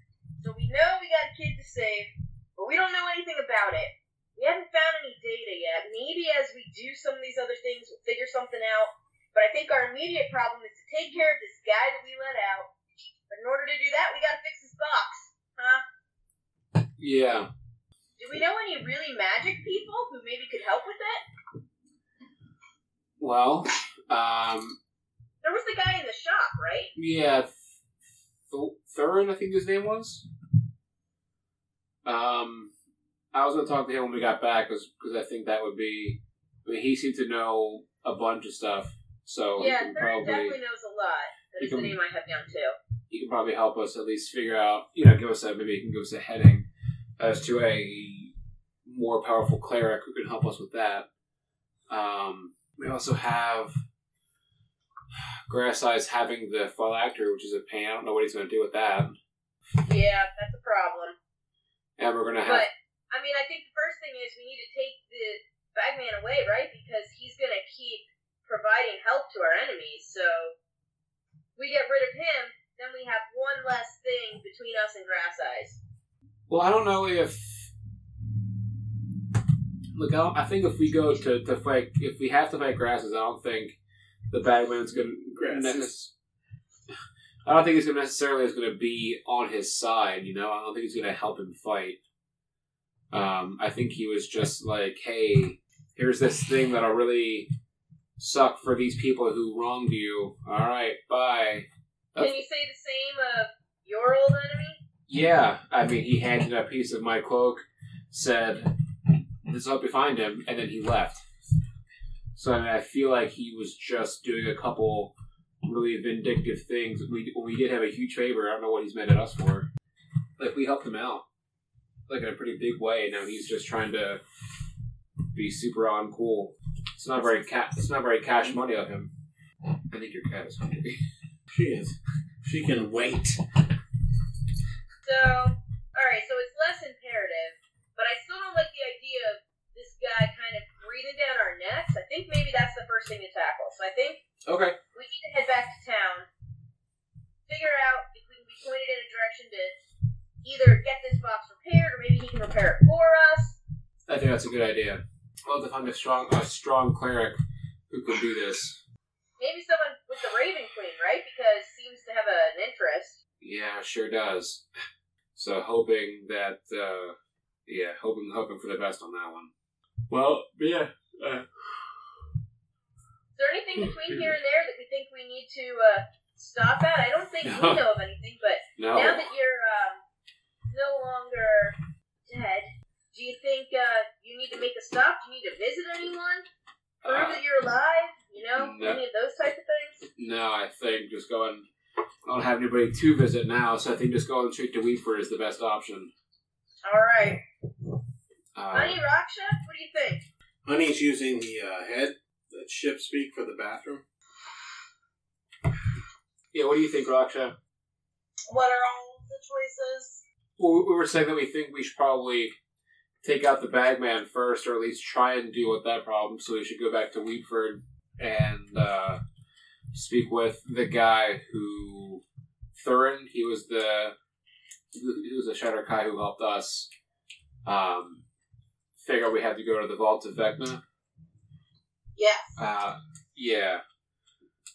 S4: So we know we got a kid to save, but we don't know anything about it. We haven't found any data yet. Maybe as we do some of these other things, we'll figure something out. But I think our immediate problem is to take care of this guy that we let out. But in order to do that, we gotta fix this box. Huh?
S2: yeah.
S4: Do we know any really magic people who maybe could help with it?
S2: Well, um,
S4: There was the guy in the shop, right?
S2: yeah. Th- Thurin, I think his name was. Um, I was gonna talk to him when we got back because I think that would be. I mean, he seemed to know a bunch of stuff, so Oh, he
S4: yeah,
S2: can
S4: Thurin
S2: probably
S4: definitely knows a lot. That
S2: You
S4: is the
S2: can-
S4: name I have down too.
S2: he can probably help us at least figure out. You know, give us a maybe he can give us a heading as to a more powerful cleric who can help us with that. Um, we also have Grass Eyes having the fall actor, which is a pain. I don't know what he's going to do with that.
S4: Yeah, that's a problem.
S2: And we're going to have
S4: But I mean, I think the first thing is we need to take the Bagman away, right? Because he's gonna keep providing help to our enemies. So we get rid of him, then we have one less thing between us and Grass Eyes.
S2: Well, I don't know if. Look, I, don't, I think if we go to, to fight, if we have to fight grasses, I don't think the Batman's going to.
S5: Grasses.
S2: I don't think he's gonna necessarily is going to be on his side. You know, I don't think he's going to help him fight. Um, I think he was just like, "Hey, here's this thing that'll really suck for these people who wronged you. All right, bye."
S4: Can you say the same of your old enemy?
S2: Yeah, I mean, he handed a piece of my cloak, said, "This will help you find him," and then he left. So I mean, I feel like he was just doing a couple really vindictive things. We we did have a huge favor. I don't know what he's mad at us for. Like we helped him out, like in a pretty big way. Now he's just trying to be super uncool. It's not very ca- It's not very cash money of him. I think your cat is hungry.
S5: She is. She can wait.
S4: So, alright, so it's less imperative, but I still don't like the idea of this guy kind of breathing down our necks. I think maybe that's the first thing to tackle. So I think
S2: Okay.
S4: we need to head back to town, figure out if we can be pointed in a direction to either get this box repaired or maybe he can repair it for us.
S2: I think that's a good idea. I'll have to find a strong, a strong cleric who can do this.
S4: Maybe someone with the Raven Queen, right? Because it seems to have an interest.
S2: Yeah, sure does. So hoping that, uh, yeah, hoping, hoping for the best on that one. Well, yeah, uh,
S4: Is there
S2: Hmm.
S4: anything between here and there that we think we need to uh, stop at? I don't think we know of anything, but
S2: no,
S4: Now that you're um, no longer dead, do you think uh, you need to make a stop? Do you need to visit anyone? Prove
S2: uh,
S4: that you're alive? You know,
S2: no.
S4: any of those types of things?
S2: no. I think just going. I don't have anybody to visit now, so I think just going straight to Weeper is the best option.
S4: Alright.
S2: Uh,
S4: Honey Raksha, what do you think?
S5: Honey's using the uh, head, the ship speak for the bathroom.
S2: yeah, what do you think, Raksha?
S4: What are all the choices?
S2: Well, we were saying that we think we should probably take out the bagman first, or at least try and deal with that problem. So we should go back to Weepford and uh, speak with the guy who Thurin. He was the he was a Shatter Kai who helped us. Um, figure we had to go to the Vault of Vecna.
S4: Yes.
S2: Uh, yeah.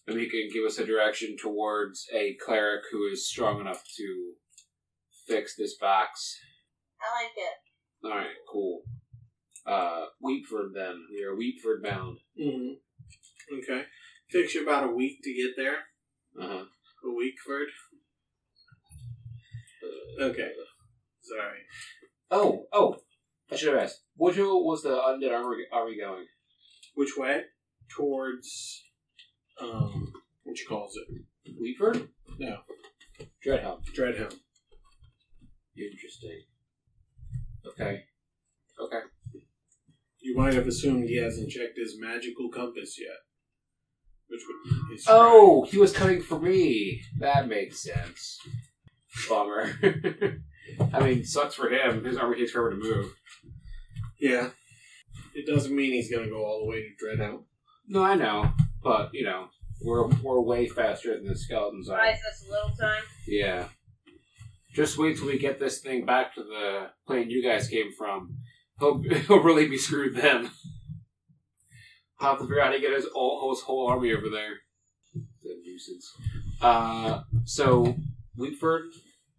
S2: And he can give us a direction towards a cleric who is strong enough to fix this box.
S4: I like it.
S2: All right, cool. Uh, Weepford then. We are Weepford bound.
S5: Mm-hmm. Okay. Takes you about a week to get there.
S2: Uh-huh.
S5: A week, Ferd. Okay. Sorry.
S2: Oh, oh! I should have asked. Which way was the undead army, army going?
S5: Which way? Towards, um, what you calls it?
S2: Weepford?
S5: No.
S2: Dreadhelm.
S5: Dreadhelm.
S2: Interesting. Okay. Okay.
S5: You might have assumed he hasn't checked his magical compass yet. Which would is
S2: Oh, he was coming for me. That makes sense. Bummer. I mean, sucks for him. His army takes forever to move.
S5: Yeah. It doesn't mean he's gonna go all the way to Dreadhelm.
S2: No, I know, but you know, we're we're way faster than the skeletons are.
S4: Buys us a little time.
S2: Yeah. Just wait till we get this thing back to the plane you guys came from. He'll, he'll really be screwed then. I'll have to figure out how to get his whole, his whole army over there. That nuisance. Uh, so, Leapford,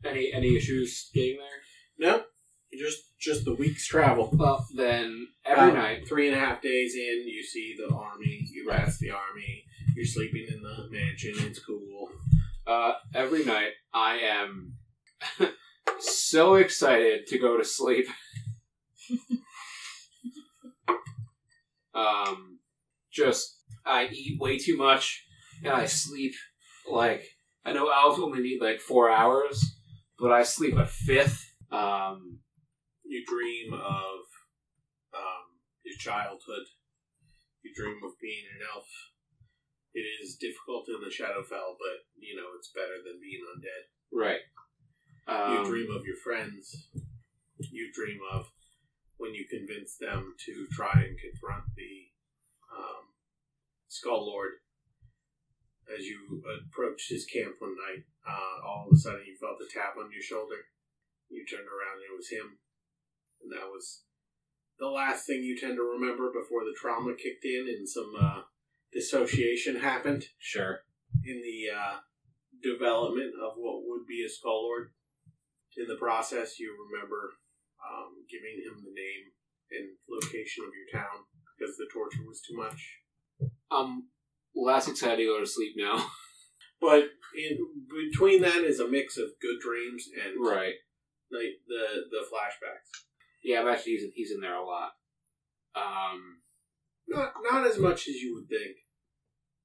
S2: any any issues getting there?
S5: No, just just the week's travel.
S2: Well, then every
S5: Uh,
S2: night.
S5: three and a half days in, you see the army. You pass the army. You're sleeping in the mansion. It's cool.
S2: Uh, every night, I am so excited to go to sleep. um, just I eat way too much, and I sleep like I know elves only need like four hours, but I sleep a fifth. Um,
S5: You dream of um, your childhood. You dream of being an elf. It is difficult in the Shadowfell, but you know it's better than being undead.
S2: right.
S5: You
S2: Um,
S5: dream of your friends. You dream of when you convince them to try and confront the um, Skull Lord. As you approached his camp one night, uh, all of a sudden you felt a tap on your shoulder. You turned around and it was him. And that was the last thing you tend to remember before the trauma kicked in and some uh, dissociation happened
S2: sure.
S5: in the uh, development of what would be a skull lord. In the process, you remember um, giving him the name and location of your town because the torture was too much.
S2: I'm less excited to go to sleep now.
S5: But in between that is a mix of good dreams and
S2: right.
S5: like the the flashbacks.
S2: Yeah, I'm actually he's, he's in there a lot. Um,
S5: Not not as much as you would think.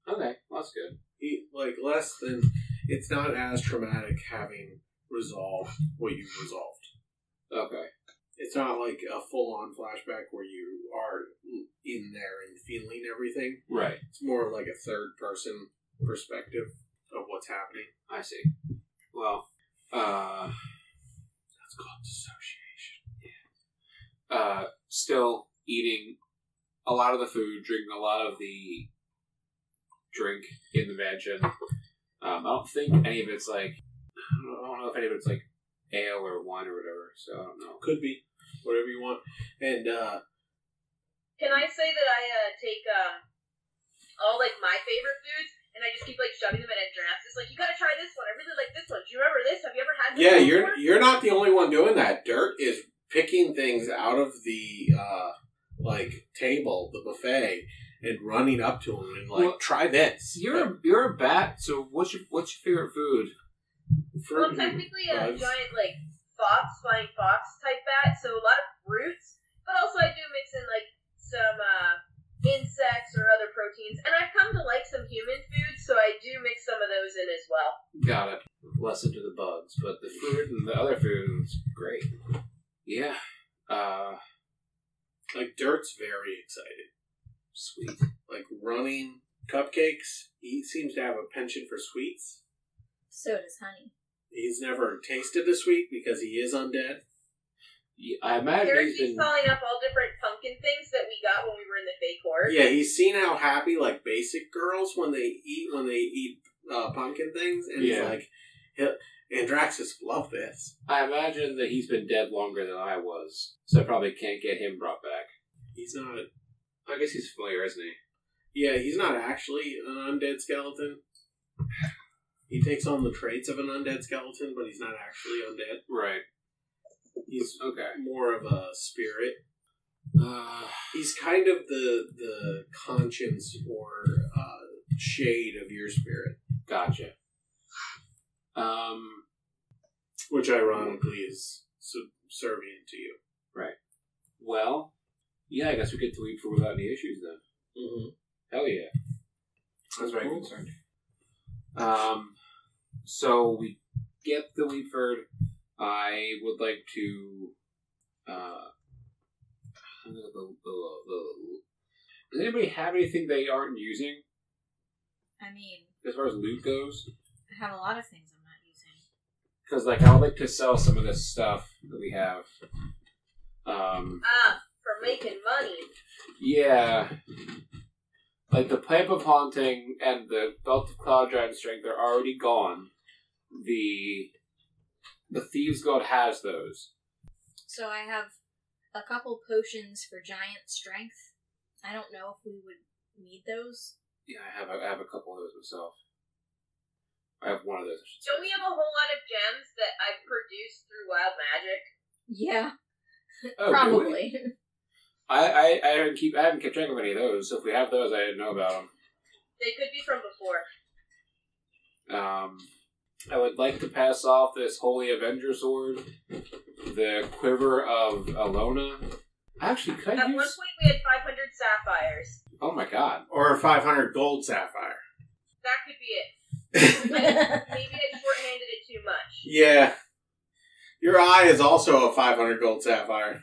S2: okay, well, that's good.
S5: He, like less than it's not as traumatic having resolved what you've resolved.
S2: Okay,
S5: It's not like a full on flashback where you are in there and feeling everything.
S2: right.
S5: It's more like a third person perspective of what's happening.
S2: I see. Well, uh,
S5: That's called dissociation.
S2: uh, still eating a lot of the food, drinking a lot of the drink in the mansion. Um, I don't think any of it's like I don't, know, I don't know if any of it's like ale or wine or whatever. So I don't know.
S5: Could be whatever you want. And uh,
S4: Can I say that I uh, take um, all like my favorite foods and I just keep like shoving them in at drafts? It's like you gotta try this one. I really like this one. Do you remember this? Have you ever had? This
S5: yeah,
S4: one
S5: you're
S4: before?"
S5: you're not the only one doing that. Dirt is picking things out of the uh, like table, the buffet, and running up to him and like
S2: Well,
S5: try this.
S2: You're a, you're a bat. So what's your what's your favorite food?
S5: For-
S4: Well, I'm technically a
S5: Bugs.
S4: giant like fox, flying fox type bat, so a lot of roots, but also I do mix in like some uh, insects or other proteins, and I've come to like some human foods, so I do mix some of those in as well.
S2: Got it. Less into the bugs, but the food and the other food's great. Yeah. Uh,
S5: like Dirt's very excited.
S2: sweet.
S5: Like running cupcakes. He seems to have a penchant for sweets.
S3: So does honey.
S5: He's never tasted a sweet because he is undead.
S2: Yeah, I imagine
S4: Eric
S2: he's been.
S4: keeps calling up all different pumpkin things that we got when we were in the fake horse.
S5: Yeah, he's seen how happy like basic girls when they eat when they eat uh, pumpkin things, and
S2: Yeah.
S5: he's like, "He- Andraxis love this.
S2: I imagine that he's been dead longer than I was, so I probably can't get him brought back.
S5: He's not.
S2: I guess he's familiar, isn't he?
S5: Yeah, he's not actually an undead skeleton. He takes on the traits of an undead skeleton, but he's not actually undead.
S2: Right.
S5: He's
S2: Okay.
S5: more of a spirit.
S2: Uh,
S5: He's kind of the the conscience or uh, shade of your spirit,
S2: gotcha. Um.
S5: which ironically is subservient to you.
S2: Well. Yeah, I guess we get to leave for without any issues then.
S5: Mm-hmm.
S2: Hell yeah. I was very
S5: Cool.
S2: concerned. Um, so we get the Leaford. I would like to. Uh, the, the, the, the, does anybody have anything they aren't using
S3: I mean,
S2: as far as loot goes?
S3: I have a lot of things I'm not using.
S2: Because like I would like to sell some of this stuff that we have. Um,
S4: Ah, for making money.
S2: Yeah. Like the pipe of haunting and the belt of cloud dragon strength are already gone. The the thieves god has those.
S3: So I have a couple potions for giant strength. I don't know if we would need those.
S2: Yeah, I have a, I have a couple of those myself. I have one of those. I should
S4: Don't we have a whole lot of gems that I've produced through wild magic?
S3: Yeah,
S2: say. Oh, do we?
S4: Uh,
S3: probably.
S2: I, I I haven't keep I haven't kept track of any of those. So if we have those, I didn't know about them.
S4: They could be from before.
S2: Um, I would like to pass off this Holy Avenger sword, the quiver of Alona. Actually, could I
S4: At one
S2: use?
S4: point, we had 500 sapphires.
S2: Oh my god.
S5: Or a five hundred gold sapphire.
S4: That could be it. Maybe I shorthanded it too much.
S5: Yeah. Your eye is also a 500 gold sapphire.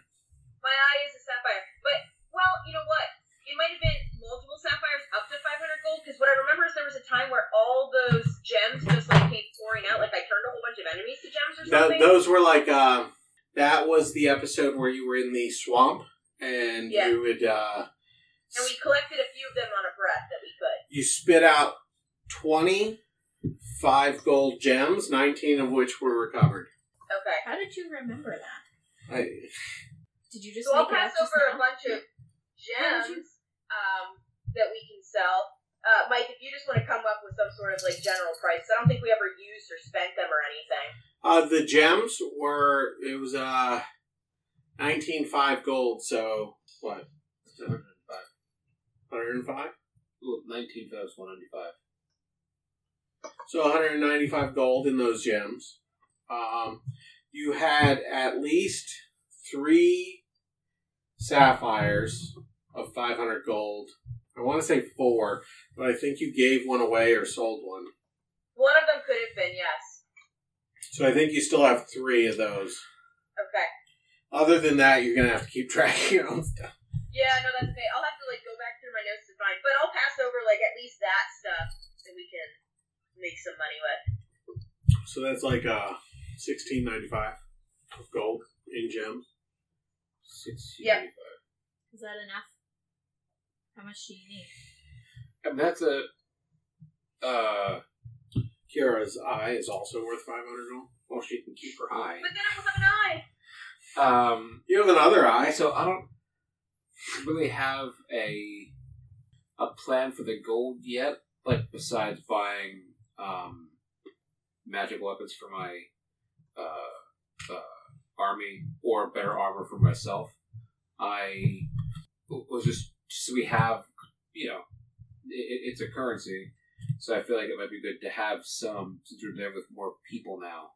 S4: My eye is a sapphire. But, well, you know what? It might have been multiple sapphires up to 500 gold, because what I remember is there was a time where all those gems just like came pouring out. Like I turned a whole bunch of enemies to gems or
S5: Tho-
S4: something.
S5: those were like, uh, that was the episode where you were in the swamp and
S4: Yeah.
S5: you would, uh,
S4: And we collected a few of them on a breath that we could.
S5: you spit out 20 five gold gems, 19 of which were recovered.
S4: Okay.
S3: How did you remember that?
S5: I,
S3: Did you just
S4: So I'll
S3: make it up
S4: pass
S3: just
S4: over a
S3: now?
S4: bunch of
S3: How did you-
S4: gems um, that we can sell. Uh, Mike, if you just want to come up with some sort of like general price, I don't think we ever used or spent them or anything.
S5: uh, the gems were, it was, uh, 19 five gold, so what? 105?
S2: Well, 19 times 195.
S5: So 195 gold in those gems. Um, you had at least three sapphires of 500 gold. I want to say four, but I think you gave one away or sold one.
S4: One of them could have been, yes.
S5: So I think you still have three of those.
S4: Okay.
S5: Other than that, you're going to have to keep track of your own stuff.
S4: Yeah, no, that's okay. I'll have to like go back through my notes to find, but I'll pass over like at least that stuff that we can make some money with.
S5: So that's like uh, 1695 of gold in gems.
S4: Yeah.
S3: Is that enough? How much do you need?
S2: And that's a. Uh,
S5: Kira's eye is also worth 500 gold.
S2: well, she can keep her eye.
S4: But then I will have an eye.
S2: Um,
S5: You have another
S2: I
S5: eye.
S2: so I don't really have a a plan for the gold yet. Like besides buying um, magic weapons for my uh, uh, army or better armor for myself, I was just so we have you know it, it's a currency, so I feel like it might be good to have some since we're there with more people now.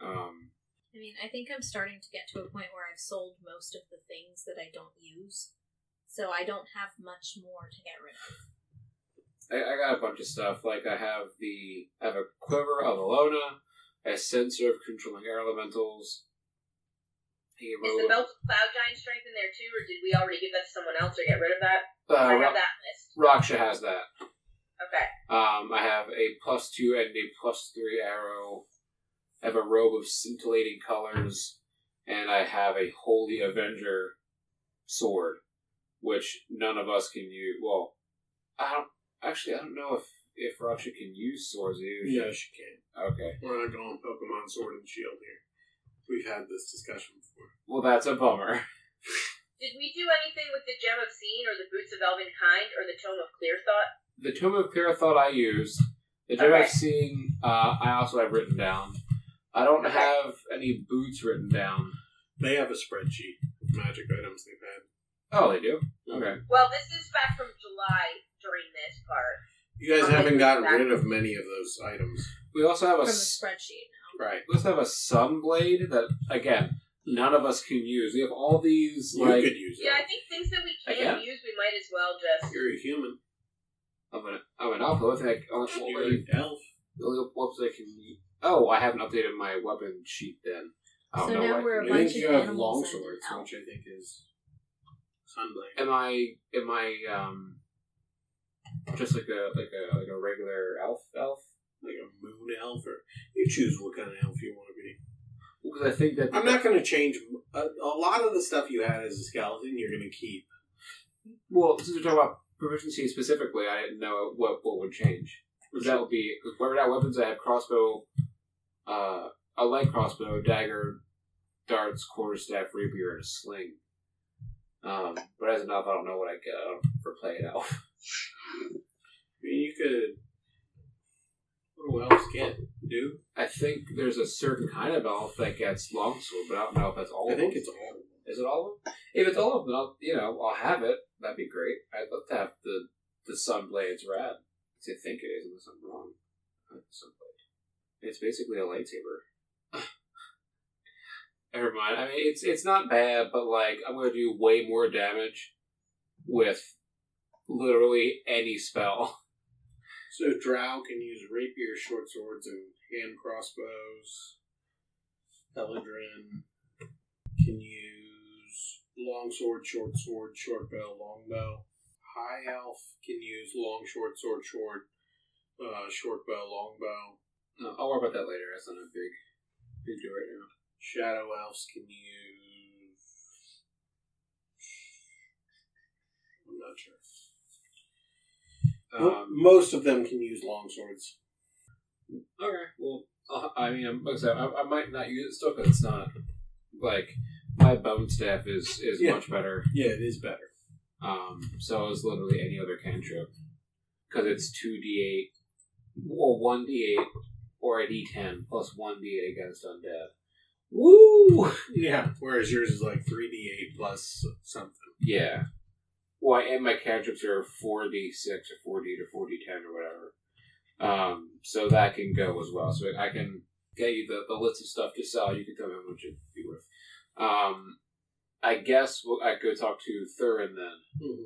S2: Um,
S3: I mean, I think I'm starting to get to a point where I've sold most of the things that I don't use, so I don't have much more to get rid of.
S2: I, I got a bunch of stuff. Like I have the I have a quiver of Alona, a sensor of controlling air elementals. A
S4: Is
S2: robe,
S4: the belt of cloud giant strength in there too, or did we already give that to someone else or get rid of that?
S2: uh,
S4: I
S2: Ra-
S4: have that list.
S2: Raksha has that.
S4: Okay.
S2: Um, I have a plus two and a plus three arrow. I have a robe of scintillating colors, and I have a holy avenger sword, which none of us can use. Well, I don't actually. I don't know if if Raksha can use swords. Either.
S5: Yeah, she can.
S2: Okay.
S5: We're not going Pokemon Sword and Shield here. We've had this discussion before.
S2: Well, that's a bummer.
S4: Did we do anything with the gem of seeing, or the boots of elven kind, or the tome of clear thought?
S2: the Tomb of Clear Thought I used. The Jedi
S4: Okay.
S2: I've seen, uh, I also have written down. I don't
S4: Okay.
S2: have any boots written down.
S5: They have a spreadsheet of magic items they've had.
S2: Oh, they do.
S3: Mm.
S2: Okay.
S4: Well, this is back from July during this part.
S5: You guys
S4: Okay,
S5: haven't gotten
S4: exactly.
S5: rid of many of those items.
S2: We also have a
S3: From the
S2: s-
S3: spreadsheet now.
S5: Right.
S2: we also have a sun blade that again none of us can use. We have all these
S5: You
S2: like
S5: could use it.
S4: Yeah, I think things that we
S2: I
S4: can use, we might as well just.
S5: You're a human.
S2: I'm an I'm an alpha. What the heck? Oh,
S5: You're
S2: what,
S5: an elf.
S2: what, what I can u- Oh, I haven't updated my weapon sheet then. I don't
S3: So
S2: know
S3: now
S2: what-
S3: we're a
S5: I
S3: bunch
S5: think
S3: of
S5: you have long
S3: animals and
S5: swords,
S3: an elf.
S5: which I think is sunblade.
S2: Am I am I um just like a like a like a regular elf elf?
S5: Like a moon elf, or you choose what kind of elf you want to be.
S2: Because I think that
S5: I'm not going to change a, a lot of the stuff you had as a skeleton. You're going to keep.
S2: Well, since we're talking about proficiency specifically, I didn't know what what would change. Because that would be whatever that weapons I have: crossbow, uh, a light crossbow, dagger, darts, quarterstaff, rapier, and a sling. Um, but as an elf, I don't know what I get I don't for playing elf.
S5: I mean, you could. What do elves get? Do
S2: I think there's a certain kind of elf that gets longsword, but I don't know if that's all.
S5: I
S2: of
S5: think
S2: them.
S5: it's all.
S2: Is it all of them? If it's all of them, I'll you know I'll have it. That'd be great. I'd love to have the the sunblade's rad. 'Cause I think it is, unless I'm wrong. I have the Sunblade. It's basically a lightsaber. Never mind. I mean, it's it's not bad, but like I'm gonna do way more damage with literally any spell.
S5: So drow can use rapier, short swords, and hand crossbows. Eladrin can use long sword, short sword, short bow, long bow. High elf can use long, short sword, short, uh, short bow, long bow.
S2: No, Uh, I'll worry about that later. That's not a big big deal right now.
S5: Shadow elves can use. I'm not sure. Mo-
S2: Um,
S5: Most of them can use long swords.
S2: Okay. Well, uh, I mean, I'm, like I, said, I, I might not use it still because it's not like my bone staff is is
S5: Yeah.
S2: much better.
S5: Yeah, it is better.
S2: Um, so it's literally any other cantrip because it's two d8 or one d8 or a d10 plus one d8 against undead. Woo!
S5: Yeah. Whereas yours is like 3d8 plus something.
S2: Yeah. Well, and my cantrips are four d six or four d to four d ten or whatever. Um, so that can go as well. So I can get you the, the list of stuff to sell. You can tell me how much it'd be worth. Um, I guess we'll, I go talk to Thurin then.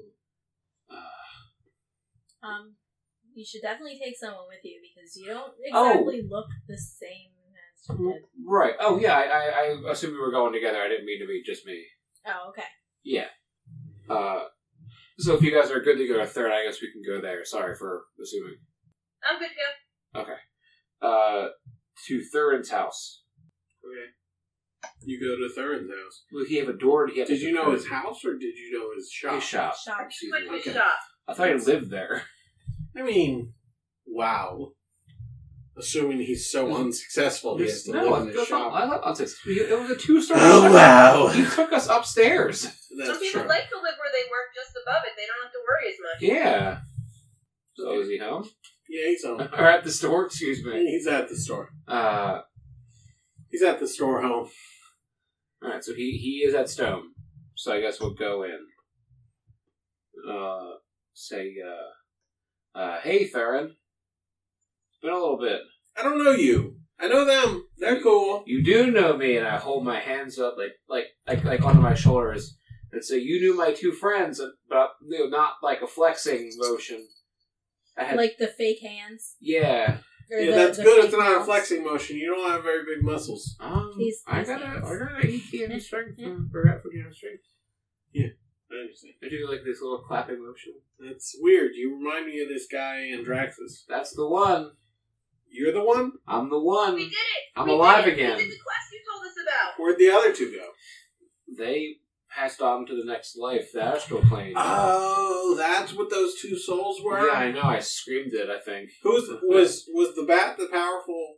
S2: Uh,
S3: Um, you should definitely take someone with you because you don't
S2: Oh.
S3: exactly look the same as you did.
S2: right. Oh yeah. I, I, I assume we were going together. I didn't mean to be just me.
S3: Oh, okay.
S2: Yeah. Uh, so if you guys are good to go to Thurin, I guess we can go there. Sorry for assuming.
S4: I'm good to go.
S2: Uh, to Thurin's house.
S5: Okay. You go to Thurin's house.
S2: Well, he have a door. He have
S5: Did you know his house or did you know his shop?
S2: His shop.
S3: Shop.
S2: Excuse
S4: Quick
S2: me.
S4: to shop.
S2: I thought he lived there.
S5: I mean, wow. Assuming he's so unsuccessful, Oh, he has to
S2: no,
S5: live in his
S2: that's not-
S5: shop.
S2: I, I'll say it was a two-story.
S5: Oh, wow.
S2: You took us upstairs.
S4: Some
S5: That's
S4: people
S5: true.
S4: like to live where they work just above it. They don't have to worry as much.
S2: Yeah. So is he home?
S5: Yeah, he's home.
S2: or at the store? Excuse me.
S5: He's at the store.
S2: Uh,
S5: He's at the store home.
S2: all right. So he he is at Stone. So I guess we'll go in. Uh, say, uh, uh, hey, Theron. It's been a little bit.
S5: I don't know you. I know them. They're cool.
S2: You do know me, and I hold my hands up like like like, like onto my shoulders and say, "You knew my two friends," but you know, not like a flexing motion. I had,
S3: Like the fake hands.
S2: yeah.
S3: or
S5: yeah,
S3: the-
S5: that's
S3: the
S5: good.
S3: fake
S5: It's not a
S3: mouths.
S5: flexing motion. You don't have very big muscles.
S2: Um,
S3: These-
S2: I
S3: these
S2: got a, I
S3: hands.
S2: got an ETM strength
S3: Yeah.
S2: from for African strength.
S5: I understand.
S2: I do like this little clapping motion.
S5: That's weird. You remind me of this guy Andraxis.
S2: That's the one.
S5: You're the one?
S2: I'm the
S4: We
S2: one.
S4: did it.
S2: I'm
S4: We did
S2: alive
S4: it.
S2: again.
S4: We did the quest you told us about.
S5: Where'd the other two go?
S2: They passed on to the next life, the astral plane.
S5: Oh, that's what those two souls were?
S2: yeah, I know. I screamed it. I think.
S5: Who's was was the bat the powerful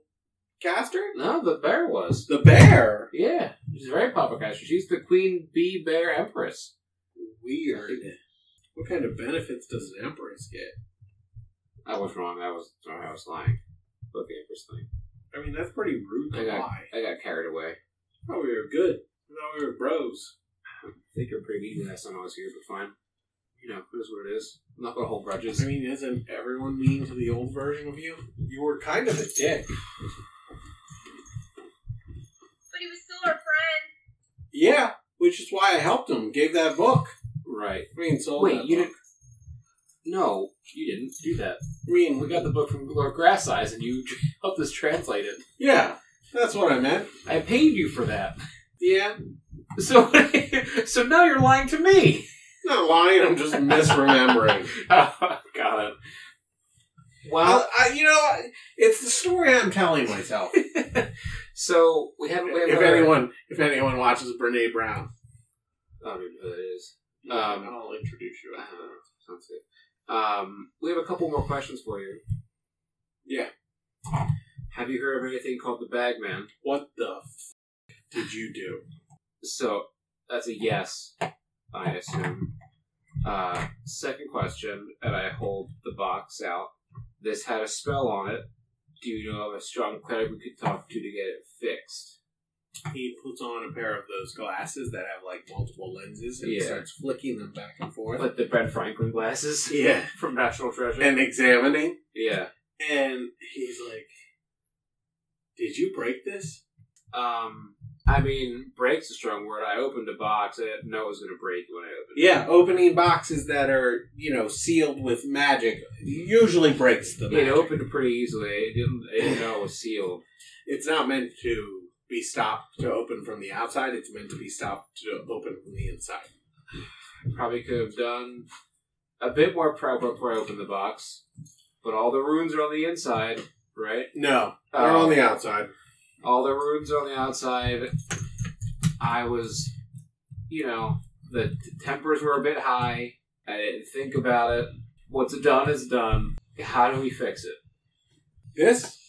S5: caster?
S2: No, the bear was.
S5: The bear.
S2: Yeah, she's very popular. caster. She's the queen bee bear empress.
S5: Weird. What kind of benefits does an empress get?
S2: I was wrong. I was sorry. I was lying. About the empress thing.
S5: I mean, that's pretty rude to
S2: I got-
S5: lie.
S2: I got carried away.
S5: I thought we were good. I thought we were bros.
S2: I think you're pretty mean last time I was here, but fine. You know, it is what it is. I'm not gonna hold grudges.
S5: I mean, isn't everyone mean to the old version of you? You were kind of a dick.
S4: But he was still our friend.
S5: Yeah, which is why I helped him. Gave that book.
S2: Right.
S5: I mean, sold
S2: Wait,
S5: that
S2: you
S5: book.
S2: didn't? No, you didn't do that.
S5: I mean,
S2: We got the book from Lord Grass Eyes, and you helped us translate it.
S5: yeah, that's what I meant.
S2: I paid you for that.
S5: Yeah,
S2: So, so now you're lying to me.
S5: not lying. I'm just misremembering.
S2: Oh, got it. Wow.
S5: I'll- I, you know, it's the story I'm telling myself.
S2: So we haven't. We haven't
S5: if anyone, if anyone watches Brene Brown,
S2: I don't even know who that is.
S5: um, I'll introduce you.
S2: Uh, sounds good. Um, we have a couple more questions for you.
S5: Yeah.
S2: Have you heard of anything called the Bagman?
S5: What the f- did you do?
S2: So that's a yes, I assume. Uh, second question, and I hold the box out. This had a spell on it. Do you know of a strong cleric we could talk to to get it fixed?
S5: He puts on a pair of those glasses that have like multiple lenses and he
S2: Yeah.
S5: starts flicking them back and forth.
S2: Like the Ben Franklin glasses
S5: yeah,
S2: from National Treasure.
S5: and examining,
S2: yeah.
S5: and he's like, "Did you break this?"
S2: Um, I mean, break's a strong word. I opened a box. I didn't know it was going to break when I opened. it.
S5: Yeah, opening boxes that are you know sealed with magic usually breaks the
S2: It
S5: magic.
S2: opened pretty easily. It didn't. It didn't know it was sealed.
S5: it's not meant to be stopped to open from the outside. It's meant to be stopped to open from the inside.
S2: I probably could have done a bit more prep before I opened the box, but all the runes are on the inside, right?
S5: No, they're
S2: Oh.
S5: on the outside.
S2: All the runes are on the outside. I was, you know, the t- tempers were a bit high. I didn't think about it. What's done is done. How do we fix it?
S5: This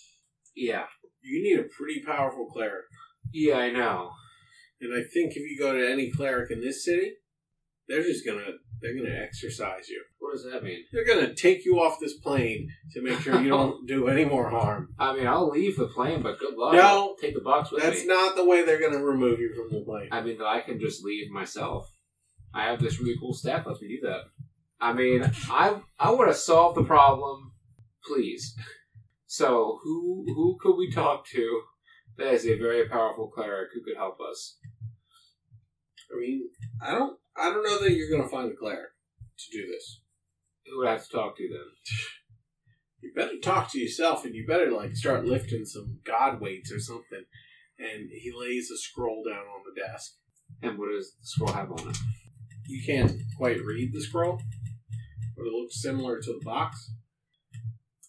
S2: Yeah,
S5: you need a pretty powerful cleric,
S2: yeah, I know.
S5: and I think if you go to any cleric in this city, they're just gonna they're gonna exercise you.
S2: What does that mean?
S5: They're gonna take you off this plane to make sure you don't do any more harm.
S2: I mean, I'll leave the plane, but good luck.
S5: No.
S2: I'll take the box with me.
S5: That's not the way they're gonna remove you from the plane.
S2: I mean, that I can just leave myself. I have this really cool staff that lets me do that. I mean, I I want to solve the problem, please. So who who could we talk to That is a very powerful cleric who could help us.
S5: I mean, I don't, I don't know that you're gonna find a cleric to do this.
S2: Who would I have to talk to then?
S5: You better talk to yourself, and you better like start lifting some god weights or something. And he lays a scroll down on the desk.
S2: And what does the scroll have on it?
S5: You can't quite read the scroll, but it looks similar to the box.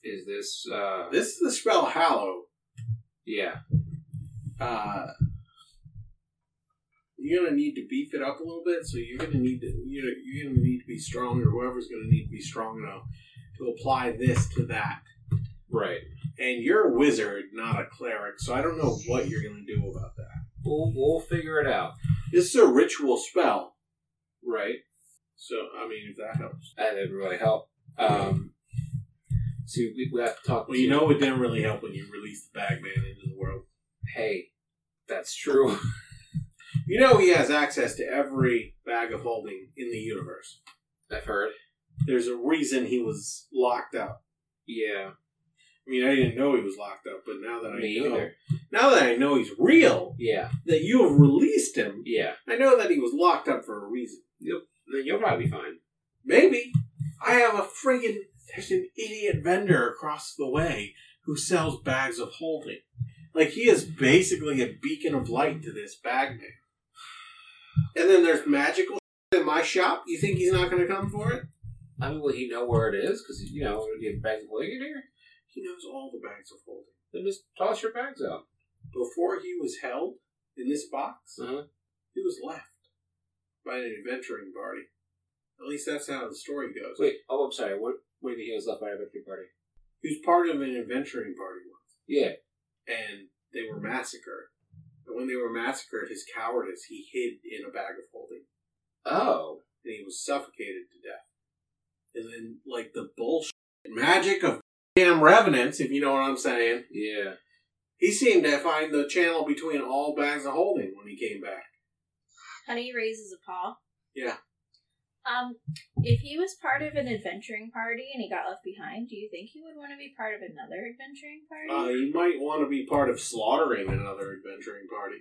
S2: Is this uh
S5: This is the spell Hallow.
S2: yeah.
S5: Uh, you're gonna need to beef it up a little bit, so you're gonna need to you know you're gonna need to be strong, or whoever's gonna need to be strong enough to apply this to that.
S2: Right.
S5: And you're a wizard, not a cleric, so I don't know what you're gonna do about that.
S2: We'll we'll figure it out.
S5: This is a ritual spell,
S2: Right.
S5: so I mean if that helps.
S2: That didn't really help. Um so we, we have to talk
S5: Well,
S2: to
S5: you know it didn't really help when you released the Bagman into the world.
S2: Hey, that's true.
S5: You know he has access to every bag of holding in the universe.
S2: I've heard.
S5: There's a reason he was locked up.
S2: Yeah.
S5: I mean, I didn't know he was locked up, but now that I
S2: Me
S5: know,
S2: either.
S5: now that I know he's real,
S2: Yeah.
S5: that you have released him,
S2: Yeah.
S5: I know that he was locked up for a reason.
S2: Then you'll probably be fine.
S5: Maybe I have a friggin' there's an idiot vendor across the way who sells bags of holding. Like he is basically a beacon of light to this bag man. And then there's magical in my shop. You think he's not going to come for it?
S2: I mean, will he know where it is? Because you know, do you have bags of holding in here?
S5: He knows all the bags of holding.
S2: Then just toss your bags out.
S5: Before he was held in this box,
S2: Uh-huh.
S5: he was left by an adventuring party. At least that's how the story goes.
S2: Wait. Oh, I'm sorry. What? What do you think he was left by a victory party?
S5: He was part of an adventuring party once,
S2: Yeah.
S5: and they were massacred. And when they were massacred, his cowardice, he hid in a bag of holding,
S2: Oh.
S5: and he was suffocated to death. And then, like the bullshit magic of damn revenants, if you know what I'm saying,
S2: Yeah.
S5: he seemed to find the channel between all bags of holding when he came back.
S6: Honey raises a paw.
S5: Yeah.
S6: Um, if he was part of an adventuring party and he got left behind, do you think he would want to be part of another adventuring
S5: Uh,
S6: party?
S5: you might want to be part of slaughtering another adventuring party.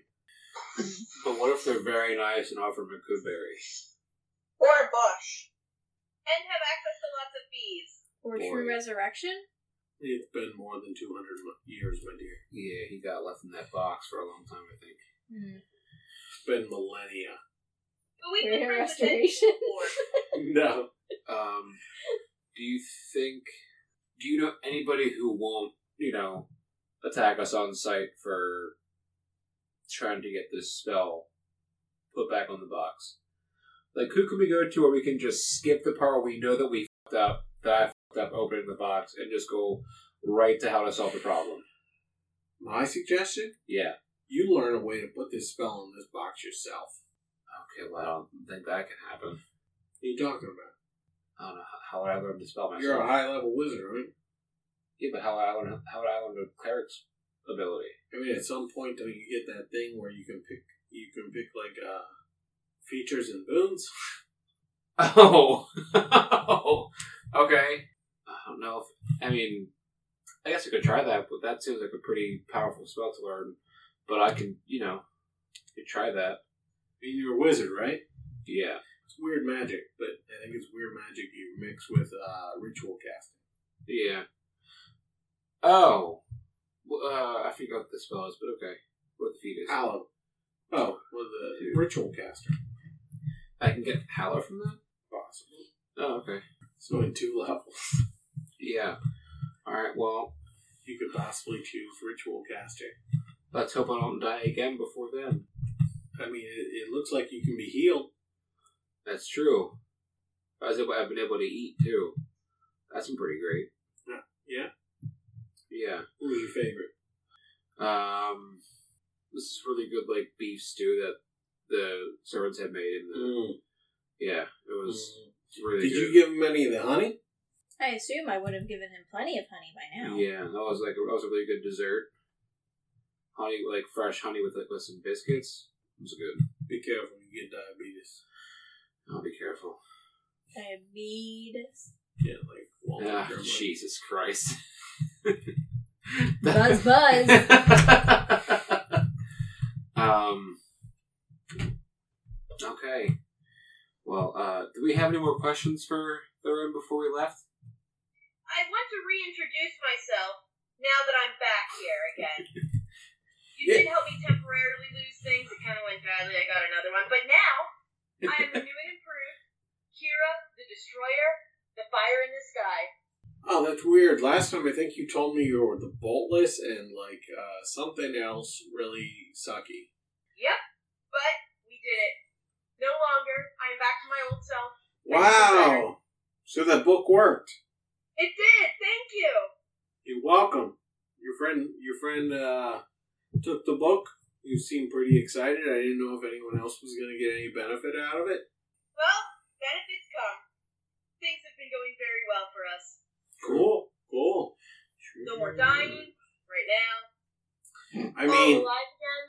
S2: But what if they're very nice and offer him a good berry?
S4: Or a bush. And have access to lots of bees.
S6: or
S2: boy.
S6: true resurrection?
S5: It's been more than 200 mo- years, my dear.
S2: Yeah, he got left in that box for a long time, I think.
S6: Hmm.
S5: It's been millennia.
S4: But we
S6: Greater
S4: can bring the benches
S6: restoration.
S4: forward.
S5: No.
S2: Um, do you think? Do you know anybody who won't, you know, attack us on sight for trying to get this spell put back on the box? Like, who can we go to where we can just skip the part where we know that we fucked up, that I fucked up opening the box, and just go right to how to solve the problem?
S5: My suggestion?
S2: Yeah.
S5: You learn a way to put this spell in this box yourself.
S2: Okay. Well, I don't think that can happen.
S5: What are you talking about?
S2: I don't know how, how would I learn to spell myself.
S5: You're a high level wizard, right?
S2: Yeah, but how would I learn? How would I learn the cleric's ability?
S5: I mean, at some point, don't you get that thing where you can pick, you can pick like, uh, features and boons?
S2: Oh, okay. I don't know. If, I mean, I guess I could try that, but that seems like a pretty powerful spell to learn. But I can, you know, could try that.
S5: I mean, you're a wizard, right?
S2: Yeah,
S5: It's weird magic, but I think it's weird magic you mix with, uh, ritual casting.
S2: yeah. Oh, well, uh, I forgot what the spell is, but okay. What the feet is?
S5: Hallow. Oh, well, the ritual caster.
S2: I can get hallow from that.
S5: Possible.
S2: Oh, okay.
S5: So in two levels.
S2: Yeah. All right. Well,
S5: you could possibly choose ritual casting.
S2: let's hope I don't die again before then.
S5: I mean, it, it looks like you can be healed.
S2: That's true. I was able, I've been able to eat too. That's been pretty great.
S5: Yeah. Yeah?
S2: Yeah.
S5: Who's your favorite?
S2: Um, this is really good, like beef stew that the servants had made. In the,
S5: Mm.
S2: Yeah, it was really
S5: Did
S2: good.
S5: you give him any of the honey?
S6: I assume I would have given him plenty of honey by now.
S2: Yeah, that was like a, that was a really good dessert. Honey, like fresh honey with like with some biscuits. It was good.
S5: Be careful, you get diabetes.
S2: I'll be careful.
S6: Diabetes.
S5: Yeah, like long
S2: Ah, Jesus Christ.
S6: Buzz, buzz.
S2: um. Okay. Well, uh, do we have any more questions for Thurin before we left?
S4: I want to reintroduce myself now that I'm back here again. You did help me temporarily lose things. It kind of went badly. I got another one. But now, I am the new and improved Kira, the Destroyer, the Fire in the Sky.
S5: Oh, that's weird. Last time I think you told me you were the boltless and like uh, something else really sucky.
S4: Yep, but we did it. No longer. I am back to my old self.
S5: Wow. So that book worked.
S4: It did. Thank you.
S5: You're welcome. Your friend, your friend uh, took the book. You seemed pretty excited. I didn't know if anyone else was going to get any benefit out of it.
S4: Well, benefits come. Things have been going very well for us.
S5: Cool, cool.
S4: No more dying right now.
S5: I mean,
S4: All alive again.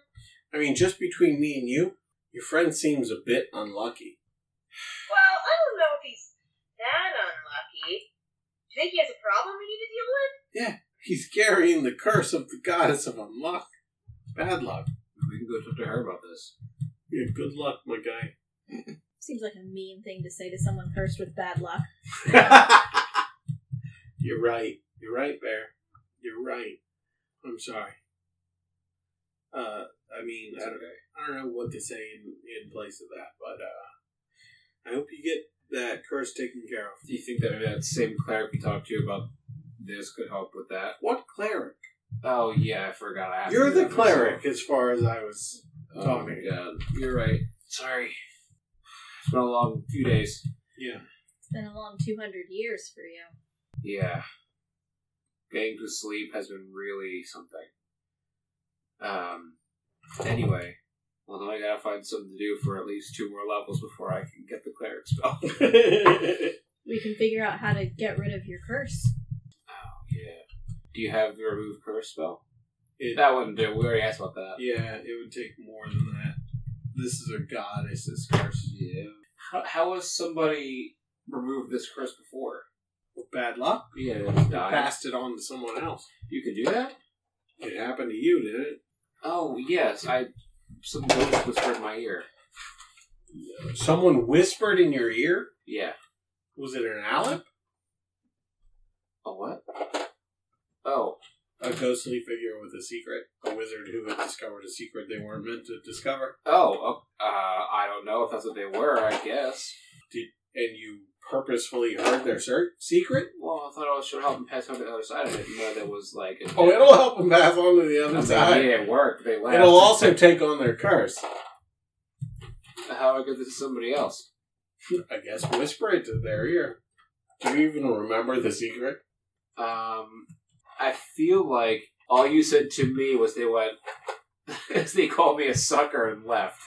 S5: I mean, just between me and you, your friend seems a bit unlucky.
S4: Well, I don't know if he's that unlucky. Do you think he has a problem we need to deal with?
S5: He's carrying the curse of the goddess of unluck, bad luck.
S2: We can go talk to her about this.
S5: Yeah, good luck, my guy.
S6: Seems like a mean thing to say to someone cursed with bad luck.
S5: You're right. You're right, Bear. You're right. I'm sorry. Uh, I mean, I don't, I don't know what to say in, in place of that, but uh, I hope you get that curse taken care of.
S2: Do you think that maybe that same cleric we talked to about this could help with that?
S5: What cleric?
S2: Oh yeah, I forgot. I asked
S5: You're
S2: you
S5: the
S2: that myself.
S5: cleric, as far as I was.
S2: Oh my god, you're right. Sorry, it's been a long few days.
S5: Yeah.
S6: It's been a long 200 years for you.
S2: Yeah. Getting to sleep has been really something. Um, anyway, well, now I gotta find something to do for at least two more levels before I can get the cleric spell. oh,
S6: We can figure out how to get rid of your curse.
S2: yeah. Do you have the remove curse spell?
S5: It-
S2: That wouldn't do. We already asked about that.
S5: yeah, it would take more than that. This is a goddess's curse.
S2: Yeah. How, how has somebody removed this curse before?
S5: Bad luck.
S2: Yeah, die.
S5: Passed it on to someone else.
S2: You could do that?
S5: It happened to you, did it?
S2: Oh, yes. I. Some ghost whispered in my ear.
S5: Someone whispered in your ear?
S2: Yeah.
S5: Was it an Alep?
S2: A what? Oh.
S5: A ghostly figure with a secret? A wizard who had discovered a secret they weren't meant to discover?
S2: Oh, uh, I don't know if that's what they were, I guess.
S5: And you purposefully heard their ser- secret?
S2: Well, I thought I should help them pass over to the other side of it, even though there was like. A
S5: Oh, it'll help them pass on to the
S2: I
S5: other
S2: mean,
S5: side.
S2: Yeah, it worked. They laughed.
S5: It'll also take on their curse.
S2: How do I give this to somebody else?
S5: I guess whisper it to their ear. Do you even remember the secret?
S2: Um, I feel like all you said to me was they went. they called me a sucker and left.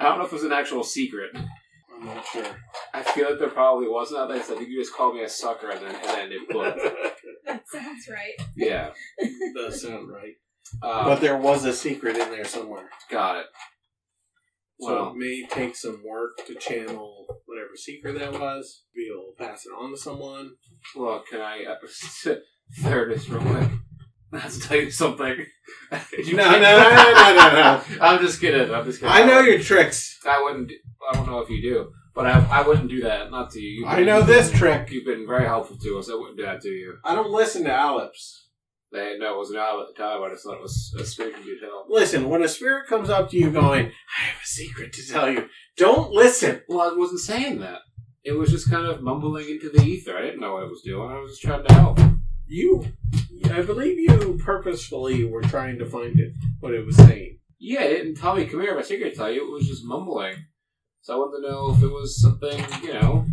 S2: I don't know if it was an actual secret.
S5: I'm not sure.
S2: I feel like there probably was not. Like I said, you just called me a sucker and then and then it booked.
S6: That sounds right.
S2: Yeah.
S5: Does sound right.
S2: Um,
S5: But there was a secret in there somewhere.
S2: got it.
S5: So
S2: Well,
S5: it may take some work to channel whatever secret that was. Be able to pass it on to someone.
S2: Well, can I uh, third is real quick? Let's tell you something. You
S5: No,
S2: can't-
S5: no, no, no, no,
S2: I'm just kidding. I'm just kidding.
S5: I know
S2: wouldn't-
S5: your tricks.
S2: I wouldn't. do- I don't know if you do, but I, I wouldn't do that. Not to you. You've
S5: I
S2: been-
S5: know this trick.
S2: You've been very helpful to us. I wouldn't do that to you.
S5: I don't listen to Aleps.
S2: They no, it was not at the time. I just thought it was a spiritual you tell.
S5: Listen, when a spirit comes up to you going, I have a secret to tell you, don't listen.
S2: Well, I wasn't saying that. It was just kind of mumbling into the ether. I didn't know what it was doing. I was just trying to help.
S5: You, I believe you purposefully were trying to find it, what it was saying.
S2: Yeah, it didn't tell me, come here, my secret tell you. It was just mumbling. So I wanted to know if it was something, you know,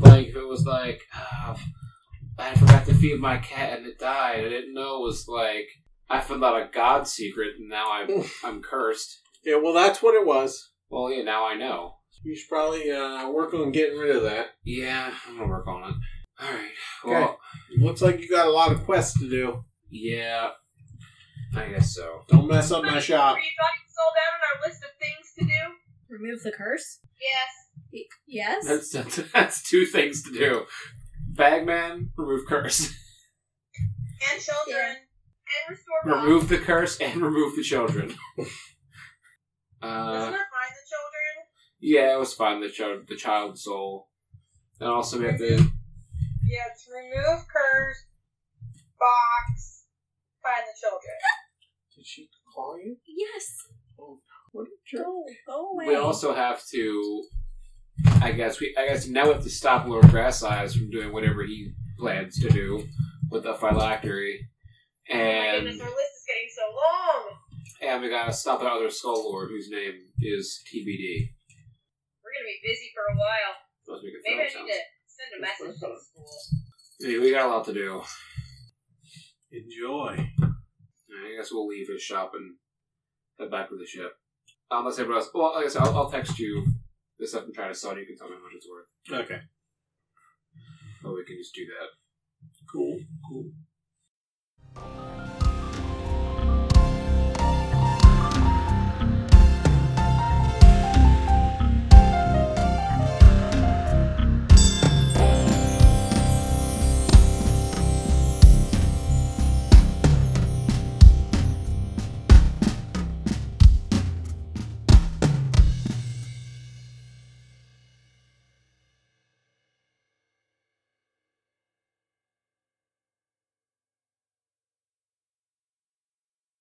S2: like if it was like, uh, I forgot to feed my cat and it died. I didn't know it was like, I found out a god secret and now I'm, I'm cursed.
S5: Yeah, well, that's what it was.
S2: Well, yeah, now I know.
S5: You should probably uh, work on getting rid of that.
S2: Yeah, I'm gonna work on it. Alright,
S5: Okay.
S2: well,
S5: Looks like you got a lot of quests to do.
S2: yeah, I guess so.
S5: Don't mess up my shop.
S4: Were you jotting this all down on our list of things to do?
S6: Remove the curse?
S4: Yes.
S6: Y- yes?
S2: That's, that's, that's two things to do. Bagman, remove curse.
S4: and children and restore
S2: Remove the curse and remove the children. uh,
S4: Doesn't it find the children?
S2: yeah, it was fine. The child, the child soul, and also we have to.
S4: Yeah, it's remove curse, box, find the children.
S5: Did she call you?
S6: Yes.
S5: What a jerk.
S6: Go. Go away.
S2: We also have to. I guess we. I guess now we have to stop Lord Grass Eyes from doing whatever he plans to do with the phylactery,
S4: Oh my
S2: and
S4: goodness, our list is getting so long.
S2: and we gotta stop another Skull Lord whose name is TBD.
S4: We're gonna be busy for a while.
S2: Those make a
S4: Maybe I
S2: throw sounds.
S4: need to send a message to the school.
S2: I mean, we got a lot to do.
S5: Enjoy.
S2: I guess we'll leave his shop and head back to the ship. Um, Unless everyone else. Well, like I said, I'll, I'll text you the stuff I'm trying to sell. and You can tell me how much it's worth.
S5: Okay.
S2: Or we can just do that.
S5: Cool. Cool.